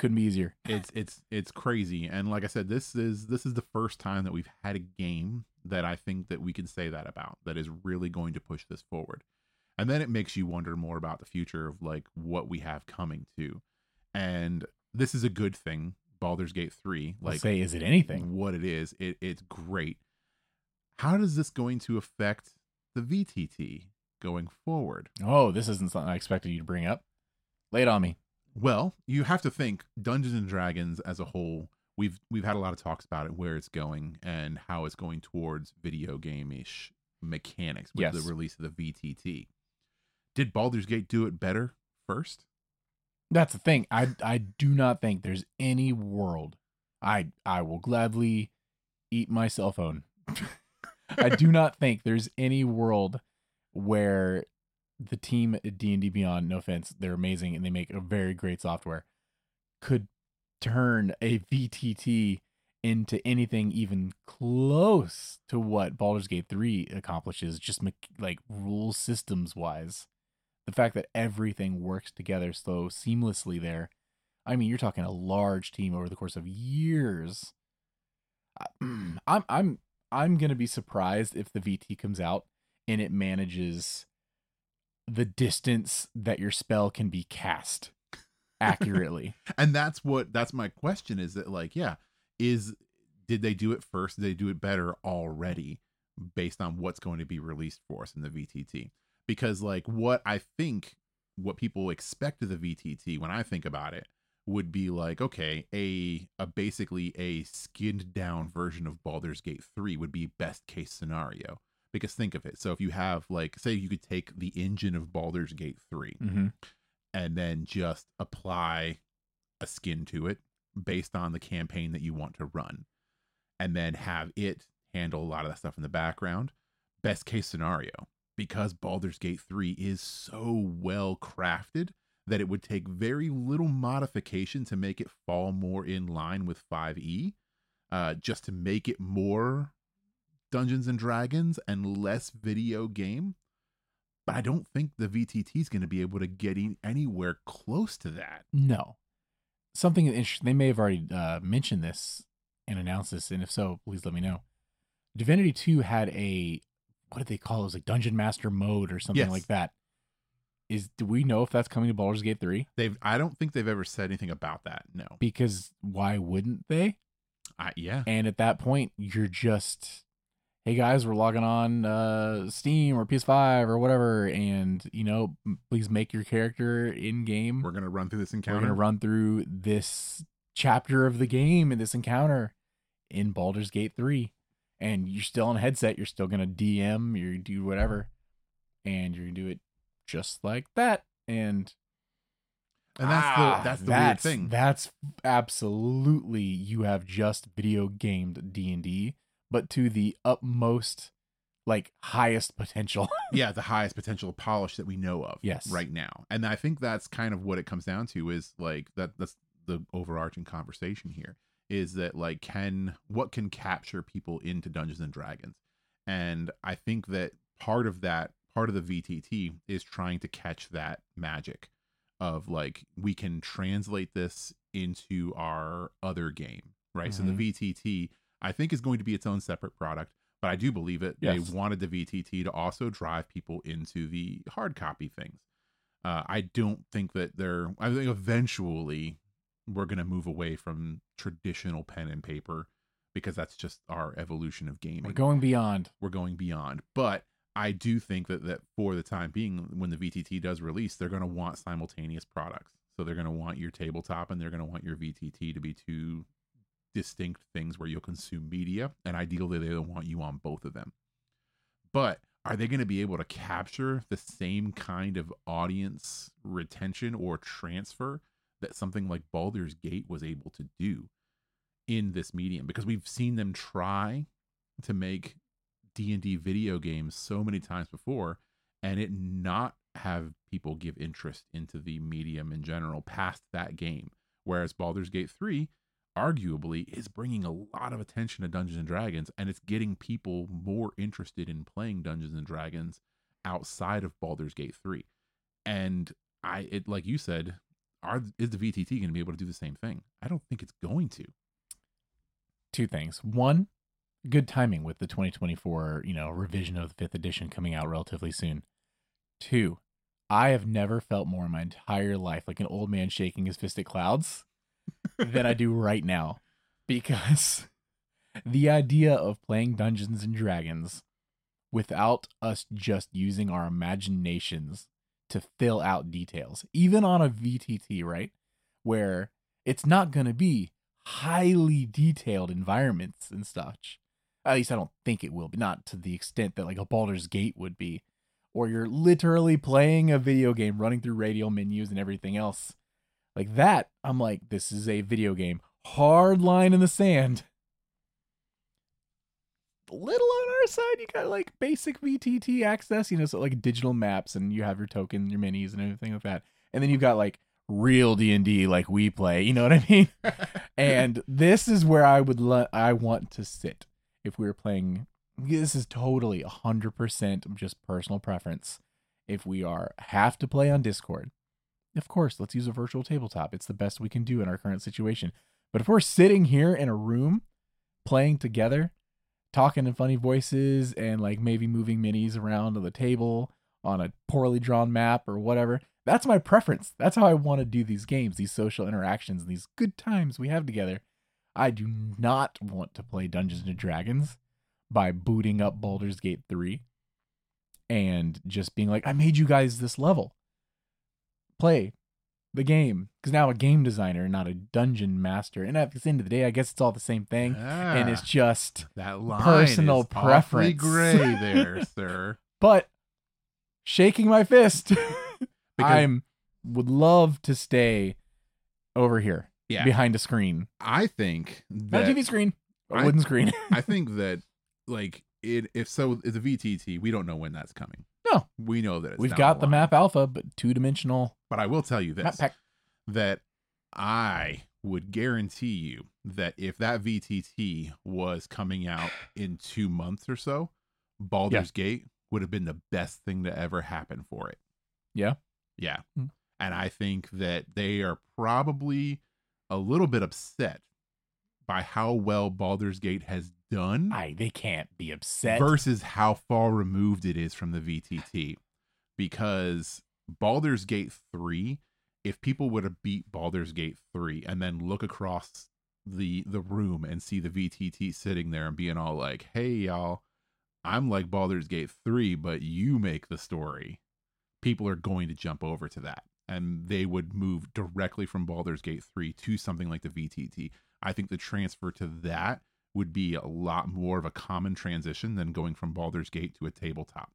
Speaker 1: couldn't be easier.
Speaker 2: it's it's it's crazy and like i said this is this is the first time that we've had a game that i think that we can say that about that is really going to push this forward and then it makes you wonder more about the future of like what we have coming to and this is a good thing Baldur's Gate 3
Speaker 1: Like,
Speaker 2: like
Speaker 1: say, is it anything?
Speaker 2: what it is. It it's great. How does this going to affect the VTT going forward?
Speaker 1: Oh, this isn't something I expected you to bring up. Lay it on me.
Speaker 2: Well, you have to think Dungeons and Dragons as a whole. We've we've had a lot of talks about it, where it's going and how it's going towards video game ish mechanics with
Speaker 1: Yes.
Speaker 2: the release of the VTT. Did Baldur's Gate do it better first?
Speaker 1: That's the thing. I I do not think there's any world I I will gladly eat my cell phone. I do not think there's any world where the team at D&D Beyond, no offense, they're amazing and they make a very great software, could turn a VTT into anything even close to what Baldur's Gate 3 accomplishes, just mech- like rule systems wise. The fact that everything works together so seamlessly there. I mean, you're talking a large team over the course of years. I- I'm I'm I'm going to be surprised if the VT comes out and it manages the distance that your spell can be cast accurately.
Speaker 2: and that's what that's my question is that like yeah is did they do it first did they do it better already based on what's going to be released for us in the vtt because like what i think what people expect of the vtt when i think about it would be like okay a a basically a skinned down version of Baldur's Gate 3 would be best case scenario because think of it so if you have like say you could take the engine of Baldur's Gate 3
Speaker 1: mm-hmm.
Speaker 2: and then just apply a skin to it based on the campaign that you want to run and then have it handle a lot of that stuff in the background best case scenario because Baldur's Gate 3 is so well crafted that it would take very little modification to make it fall more in line with 5e uh, just to make it more Dungeons and Dragons and less video game but I don't think the VTT is going to be able to get in anywhere close to that.
Speaker 1: No. Something interesting, they may have already uh, mentioned this and announced this, and if so, please let me know. Divinity 2 had a, what did they call it? It was like Dungeon Master mode or something
Speaker 2: Yes.
Speaker 1: like that. Is Do we know if that's coming to Baldur's Gate 3?
Speaker 2: They've I don't think they've ever said anything about that. No.
Speaker 1: Because why wouldn't they?
Speaker 2: I, yeah.
Speaker 1: And at that point, you're just, hey guys, we're logging on uh, Steam or PS5 or whatever, and, you know, m- please make your character in game.
Speaker 2: We're going to run through this
Speaker 1: We're going
Speaker 2: encounter.
Speaker 1: to run through this chapter of the game and this encounter in Baldur's Gate 3. And you're still on a headset. You're still going to DM, you do whatever. And you're going to do it just like that. And,
Speaker 2: and that's
Speaker 1: Ah,
Speaker 2: the that's the
Speaker 1: that's,
Speaker 2: weird thing.
Speaker 1: That's absolutely, you have just video gamed D&D, but to the utmost, like highest potential.
Speaker 2: yeah, the highest potential polish that we know of
Speaker 1: Yes.
Speaker 2: right now. And I think that's kind of what it comes down to is like that that's the overarching conversation here is that like can what can capture people into Dungeons and Dragons? And I think that part of that part of the VTT is trying to catch that magic of like we can translate this into our other game, right? So
Speaker 1: Mhm.
Speaker 2: the VTT I think is going to be its own separate product but I do believe it.
Speaker 1: Yes.
Speaker 2: They wanted the VTT to also drive people into the hard copy things. Uh, I don't think that they're. I think eventually we're going to move away from traditional pen and paper because that's just our evolution of gaming.
Speaker 1: We're going beyond.
Speaker 2: We're going beyond, but I do think that that for the time being, when the VTT does release, they're going to want simultaneous products. So they're going to want your tabletop and they're going to want your VTT to be two distinct things where you'll consume media, and ideally they want you on both of them. But are they going to be able to capture the same kind of audience retention or transfer that something like Baldur's Gate was able to do in this medium? Because we've seen them try to make D&D video games so many times before and it not have people give interest into the medium in general past that game. Whereas Baldur's Gate 3 arguably is bringing a lot of attention to Dungeons and Dragons and it's getting people more interested in playing Dungeons and Dragons outside of Baldur's Gate 3. And I it like you said, are is the VTT going to be able to do the same thing? I don't think it's going to.
Speaker 1: two things. One, good timing with the 2024, you know, revision of the fifth edition coming out relatively soon. Two, I have never felt more in my entire life like an old man shaking his fist at clouds than I do right now because the idea of playing Dungeons and Dragons without us just using our imaginations to fill out details, even on a VTT, right? Where it's not going to be highly detailed environments and such. At least I don't think it will, but not to the extent that like a Baldur's Gate would be, or you're literally playing a video game, running through radial menus and everything else. Like that, I'm like, this is a video game. Hard line in the sand. A little on our side, you got like basic VTT access, you know, so like digital maps and you have your token, your minis, and everything like that. And then you've got like real D&D like we play, you know what I mean? and this is where I would lo- I want to sit if we were playing this is totally 100% just personal preference. If we are have to play on Discord, of course, let's use a virtual tabletop. It's the best we can do in our current situation. But if we're sitting here in a room playing together, talking in funny voices and like maybe moving minis around on the table on a poorly drawn map or whatever, that's my preference. That's how I want to do these games, these social interactions, and these good times we have together. I do not want to play Dungeons and Dragons by booting up Baldur's Gate 3 and just being like, I made you guys this level. Play the game. Because now I'm a game designer and not a dungeon master. And at the end of the day, I guess it's all the same thing. And it's
Speaker 2: Ah,
Speaker 1: just,
Speaker 2: that line
Speaker 1: personal
Speaker 2: is
Speaker 1: preference.
Speaker 2: awfully gray there, sir.
Speaker 1: but shaking my fist,
Speaker 2: Because,
Speaker 1: I'm would love to stay over here
Speaker 2: yeah,
Speaker 1: behind a screen,
Speaker 2: I think
Speaker 1: not
Speaker 2: that
Speaker 1: a TV screen, a
Speaker 2: I-
Speaker 1: wooden screen.
Speaker 2: I think that like it if so the VTT we don't know when that's coming.
Speaker 1: No.
Speaker 2: we know that it's
Speaker 1: We've
Speaker 2: down
Speaker 1: got the
Speaker 2: line.
Speaker 1: map alpha, but two dimensional
Speaker 2: But I will tell you
Speaker 1: map
Speaker 2: this:
Speaker 1: pack.
Speaker 2: that I would guarantee you that if that VTT was coming out in two months or so, Baldur's Gate would have been the best thing to ever happen for it.
Speaker 1: Yeah?
Speaker 2: Yeah.
Speaker 1: Hmm.
Speaker 2: And I think that they are probably a little bit upset by how well Baldur's Gate has done
Speaker 1: I they can't be upset.
Speaker 2: versus how far removed it is from the VTT. Because Baldur's Gate 3, if people would have beat Baldur's Gate 3 and then look across the the room and see the VTT sitting there and being all like, "Hey y'all, I'm like Baldur's Gate 3, but you make the story." People are going to jump over to that and they would move directly from Baldur's Gate 3 to something like the VTT. I think the transfer to that would be a lot more of a common transition than going from Baldur's Gate to a tabletop.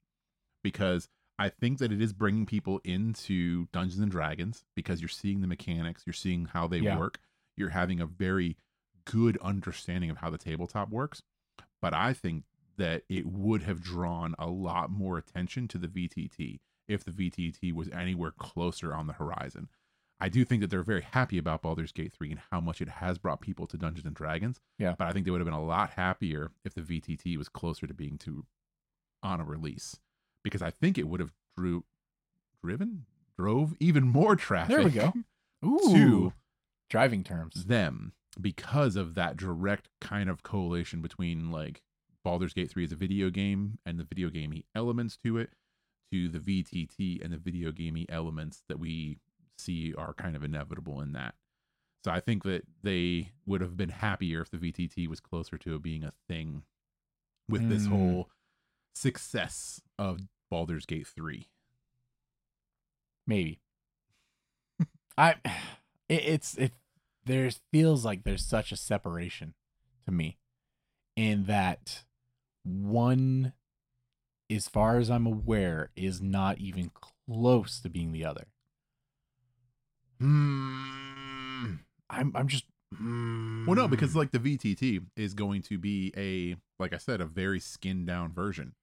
Speaker 2: Because I think that it is bringing people into Dungeons and Dragons because you're seeing the mechanics, you're seeing how they
Speaker 1: Yeah.
Speaker 2: work, you're having a very good understanding of how the tabletop works. But I think that it would have drawn a lot more attention to the VTT if the VTT was anywhere closer on the horizon. I do think that they're very happy about Baldur's Gate 3 and how much it has brought people to Dungeons and Dragons but I think they would have been a lot happier if the VTT was closer to being to on a release because I think it would have drew driven drove even more traffic.
Speaker 1: There we go. Ooh,
Speaker 2: to
Speaker 1: driving terms.
Speaker 2: them because of that direct kind of correlation between like Baldur's Gate 3 is a video game and the video gamey elements to it to the VTT and the video gamey elements that we see are kind of inevitable in that. So I think that they would have been happier if the VTT was closer to it being a thing with this
Speaker 1: Mm.
Speaker 2: whole success of Baldur's Gate 3.
Speaker 1: Maybe. I, it, it's it. There feels like there's such a separation to me, in that one, as far as I'm aware, is not even close to being the other.
Speaker 2: Hmm.
Speaker 1: I'm I'm just hmm.
Speaker 2: Well, no, because like the VTT is going to be a, like I said, a very skinned down version.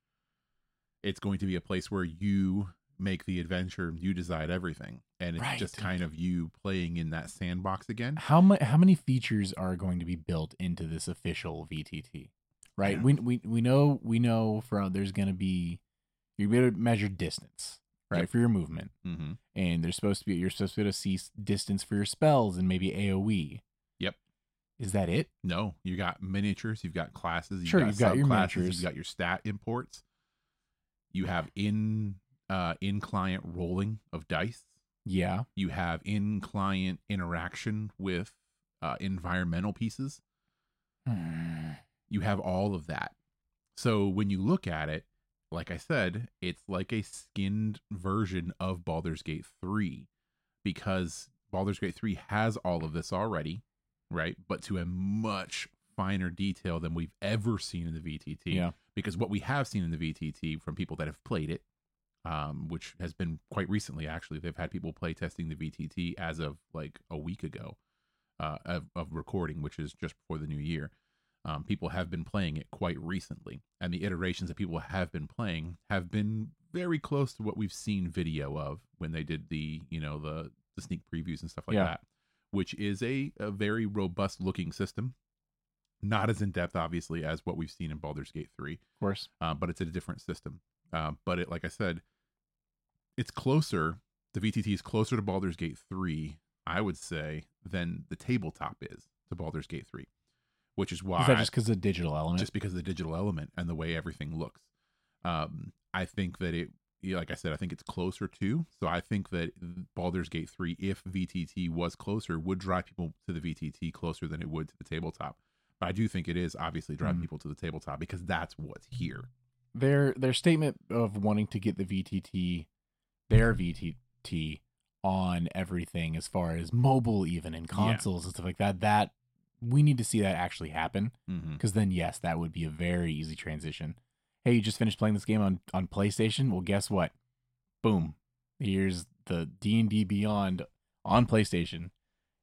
Speaker 2: It's going to be a place where you make the adventure, you decide everything, and it's
Speaker 1: Right. Ah.
Speaker 2: just kind of you playing in that sandbox again.
Speaker 1: how much how many features are going to be built into this official VTT? Right?
Speaker 2: Yeah.
Speaker 1: We, we we know we know from there's going to be you're going to measure distance, right,
Speaker 2: Yep.
Speaker 1: for your movement.
Speaker 2: Mm-hmm.
Speaker 1: and there's supposed to be you're supposed to be able to see s- distance for your spells and maybe AOE.
Speaker 2: Yep.
Speaker 1: Is that it?
Speaker 2: No, you got miniatures, you've got classes, you've
Speaker 1: Sure,
Speaker 2: got
Speaker 1: you've got your
Speaker 2: subclasses,
Speaker 1: miniatures.
Speaker 2: you've got your stat imports. You have in uh in client rolling of dice.
Speaker 1: Yeah.
Speaker 2: You have in client interaction with uh environmental pieces. Hmm. you have all of that. So when you look at it, like I said, it's like a skinned version of Baldur's Gate 3 because Baldur's Gate 3 has all of this already, right? But to a much finer detail than we've ever seen in the VTT.
Speaker 1: Yeah.
Speaker 2: Because what we have seen in the VTT from people that have played it, um, which has been quite recently, actually, they've had people play testing the VTT as of like a week ago uh, of, of recording, which is just before the new year um, people have been playing it quite recently and the iterations that people have been playing have been very close to what we've seen video of when they did the you know the the sneak previews and stuff like
Speaker 1: Yeah.
Speaker 2: that, which is a, a very robust looking system. Not as in depth, obviously, as what we've seen in Baldur's Gate 3,
Speaker 1: Of course.
Speaker 2: uh, but it's a different system. Uh, but it, like I said, it's closer. The VTT is closer to Baldur's Gate 3, I would say, than the tabletop is to Baldur's Gate 3, which is why
Speaker 1: Is that just because of the digital element?
Speaker 2: just because of the digital element and the way everything looks. Um, I think that it, yeah, like I said, I think it's closer to. So I think that Baldur's Gate 3, if VTT was closer, would drive people to the VTT closer than it would to the tabletop. But I do think it is obviously driving
Speaker 1: Mhm.
Speaker 2: people to the tabletop because that's what's here.
Speaker 1: their their statement of wanting to get the VTT, their VTT on everything as far as mobile even and
Speaker 2: Yeah.
Speaker 1: consoles and stuff like that. That we need to see that actually happen
Speaker 2: Mm-hmm.
Speaker 1: because then yes, that would be a very easy transition. Hey, you just finished playing this game on on PlayStation. Well, guess what? Boom. Here's the D and D Beyond on PlayStation.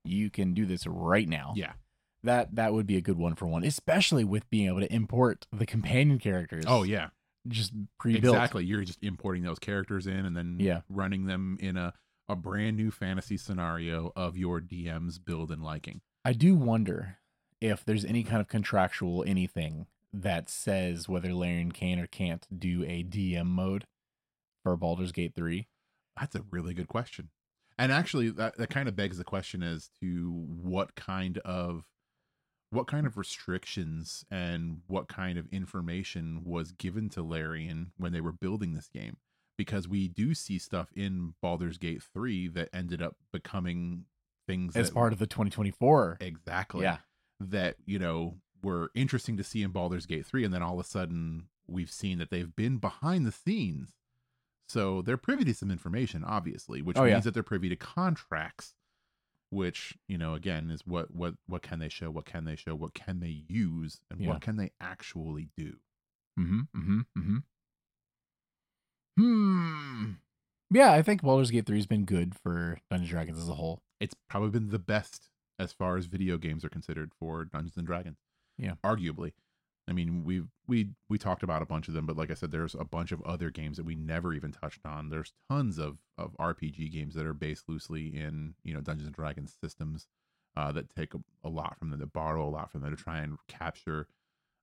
Speaker 1: You can do this right now
Speaker 2: Yeah.
Speaker 1: that that would be a good one for one, especially with being able to import the companion characters.
Speaker 2: Oh, yeah.
Speaker 1: just pre-built.
Speaker 2: Exactly. You're just importing those characters in and then
Speaker 1: Yeah.
Speaker 2: running them in a, a brand new fantasy scenario of your DM's build and liking.
Speaker 1: I do wonder if there's any kind of contractual anything that says whether Larian can or can't do a DM mode for Baldur's Gate three.
Speaker 2: That's a really good question. And actually that, that kind of begs the question as to what kind of what kind of restrictions and what kind of information was given to Larian when they were building this game because we do see stuff in Baldur's Gate 3 that ended up becoming things
Speaker 1: as
Speaker 2: that-
Speaker 1: part of the 2024.
Speaker 2: exactly
Speaker 1: Yeah,
Speaker 2: that you know were interesting to see in Baldur's Gate 3 and then all of a sudden we've seen that they've been behind the scenes so they're privy to some information obviously which
Speaker 1: Oh,
Speaker 2: means
Speaker 1: yeah.
Speaker 2: that they're privy to contracts which you know again is what what what can they show what can they show what can they use and
Speaker 1: Yeah.
Speaker 2: what can they actually do
Speaker 1: Mm-hmm. Mm-hmm. Mm-hmm. Hmm. Yeah, I think Baldur's Gate three has been good for Dungeons and Dragons as a whole.
Speaker 2: it's probably been the best as far as video games are considered for Dungeons and Dragons.
Speaker 1: Yeah.
Speaker 2: arguably. I mean, we we we talked about a bunch of them, but like I said, there's a bunch of other games that we never even touched on. There's tons of of RPG games that are based loosely in you know Dungeons and Dragons systems uh, that take a, a lot from them, that borrow a lot from them to try and capture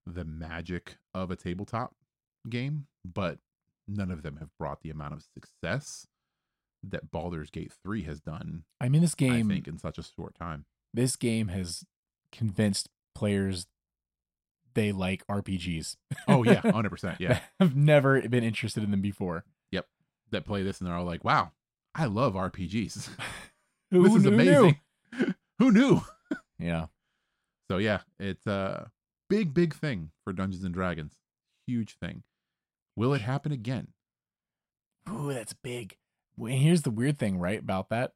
Speaker 2: the magic of a tabletop game, but none of them have brought the amount of success that Baldur's Gate 3 has done
Speaker 1: I mean, this game.
Speaker 2: I think in such a short time.
Speaker 1: this game has convinced players they like RPGs.
Speaker 2: Oh yeah, hundred percent. Yeah,
Speaker 1: I've never been interested in them before.
Speaker 2: that play this and they're all like, "Wow, I love RPGs.
Speaker 1: Who
Speaker 2: this is
Speaker 1: knew?
Speaker 2: amazing. Who knew?"
Speaker 1: Yeah.
Speaker 2: So yeah, it's a big, big thing for Dungeons and Dragons. Huge thing. Will it happen again?
Speaker 1: Ooh, that's big. Well, And here's the weird thing, right, about that.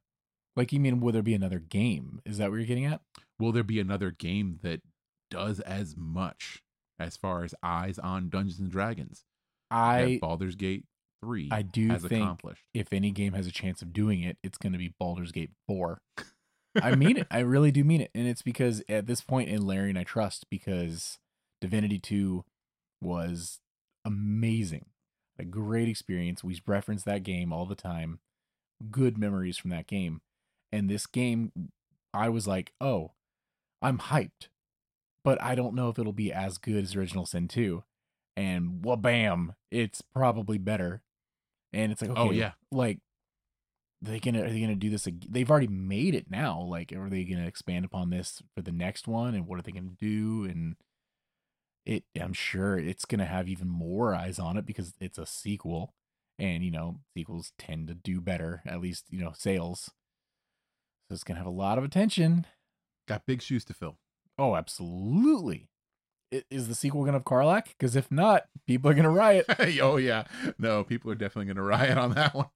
Speaker 1: Like, you mean, will there be another game? Is that what you're getting at?
Speaker 2: Will there be another game that does as much as far as eyes on Dungeons and Dragons? that
Speaker 1: I
Speaker 2: Baldur's Gate Three
Speaker 1: I do
Speaker 2: has
Speaker 1: think
Speaker 2: accomplished.
Speaker 1: if any game has a chance of doing it, it's going to be Baldur's Gate 4. I mean it. I really do mean it. And it's because at this point in Larry and I trust because Divinity 2 was amazing. A great experience. We reference that game all the time. Good memories from that game. And this game, I was like, oh, I'm hyped, but I don't know if it'll be as good as Original Sin 2. And wha bam, it's probably better. And it's like, okay,
Speaker 2: Oh yeah,
Speaker 1: like they gonna are they gonna do this ag- they've already made it now like are they gonna expand upon this for the next one and what are they gonna do and it i'm sure it's gonna have even more eyes on it because it's a sequel and you know sequels tend to do better at least you know sales so it's gonna have a lot of attention
Speaker 2: got big shoes to fill.
Speaker 1: oh absolutely I- is the sequel gonna have Karlak? because if not people are gonna riot
Speaker 2: oh yeah. No, people are definitely gonna riot on that one.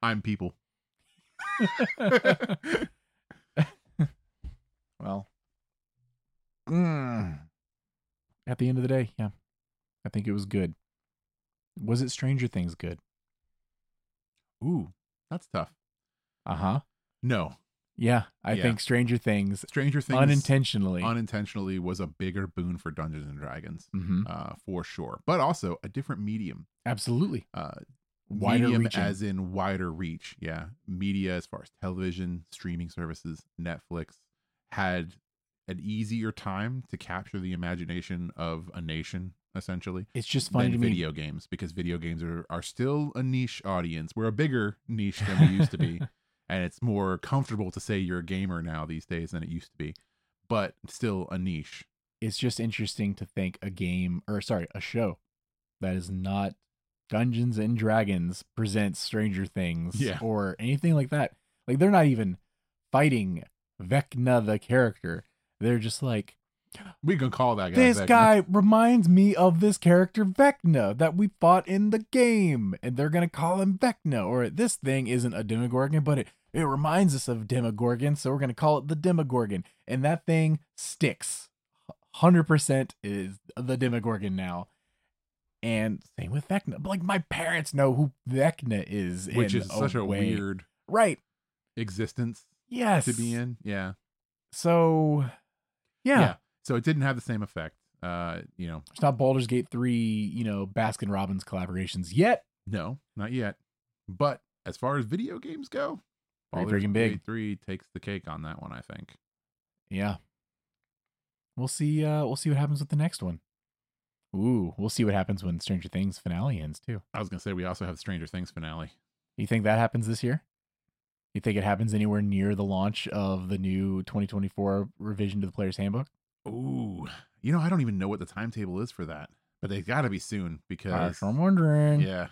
Speaker 2: I'm people.
Speaker 1: Well, mm, at the end of the day, yeah, I think it was good. Was it Stranger Things good?
Speaker 2: Ooh, that's tough.
Speaker 1: Uh huh.
Speaker 2: No,
Speaker 1: Yeah, I
Speaker 2: Yeah.
Speaker 1: think Stranger Things,
Speaker 2: Stranger Things
Speaker 1: unintentionally.
Speaker 2: unintentionally was a bigger boon for Dungeons and Dragons,
Speaker 1: Mhm.
Speaker 2: uh, for sure. But also a different medium.
Speaker 1: Absolutely.
Speaker 2: Uh,
Speaker 1: Wider
Speaker 2: medium
Speaker 1: reaching.
Speaker 2: as in wider reach. Yeah. Media as far as television, streaming services, Netflix had an easier time to capture the imagination of a nation, essentially,
Speaker 1: It's just funny
Speaker 2: than
Speaker 1: to me.
Speaker 2: video games because video games are, are still a niche audience. We're a bigger niche than we used to be. and it's more comfortable to say you're a gamer now these days than it used to be, but still a niche.
Speaker 1: it's just interesting to think a game or sorry, a show that is not Dungeons and Dragons presents Stranger Things
Speaker 2: Yeah.
Speaker 1: or anything like that. Like they're not even fighting Vecna the character. They're just like
Speaker 2: We can call that guy.
Speaker 1: this
Speaker 2: Vecna.
Speaker 1: guy reminds me of this character Vecna that we fought in the game, and they're gonna call him Vecna. Or this thing isn't a Demogorgon, but it, it reminds us of Demogorgon, so we're gonna call it the Demogorgon. And that thing sticks. Hundred percent is the Demogorgon now. And same with Vecna. But, Like my parents know who Vecna is,
Speaker 2: which
Speaker 1: in
Speaker 2: is such a
Speaker 1: way.
Speaker 2: weird
Speaker 1: right.
Speaker 2: existence
Speaker 1: Yes.
Speaker 2: to be in. Yeah.
Speaker 1: So, yeah.
Speaker 2: Yeah. So it didn't have the same effect. Uh, you know,
Speaker 1: It's not Baldur's Gate 3, you know, Baskin Robbins collaborations yet.
Speaker 2: no, not yet. But as far as video games go,
Speaker 1: Pretty
Speaker 2: Baldur's
Speaker 1: freaking big.
Speaker 2: Gate 3 takes the cake on that one, I think.
Speaker 1: Yeah. We'll see uh we'll see what happens with the next one. Ooh, we'll see what happens when Stranger Things finale ends too.
Speaker 2: I was going to say we also have Stranger Things finale.
Speaker 1: You think that happens this year? You think it happens anywhere near the launch of the new 2024 revision to the player's handbook?
Speaker 2: Ooh. You know, I don't even know what the timetable is for that, but they got to be soon
Speaker 1: Uh,
Speaker 2: because
Speaker 1: so I'm wondering.
Speaker 2: yeah,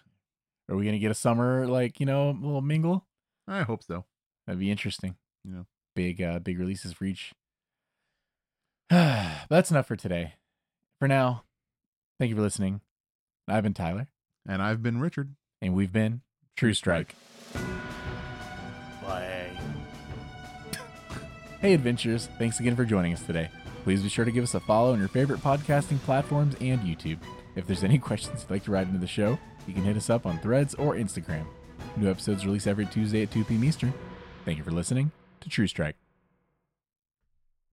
Speaker 1: Are we gonna get a summer like, you know, little mingle?
Speaker 2: I hope so.
Speaker 1: That'd be interesting.
Speaker 2: Yeah.
Speaker 1: Big uh big releases for each. That's enough for today. For now, thank you for listening. I've been Tyler,
Speaker 2: And I've been Richard.
Speaker 1: and we've been True Strike. Hey, adventurers, thanks again for joining us today. Please be sure to give us a follow on your favorite podcasting platforms and YouTube. If there's any questions you'd like to write into the show, you can hit us up on threads or Instagram. New episodes release every Tuesday at 2 p.m. Eastern. Thank you for listening to True Strike.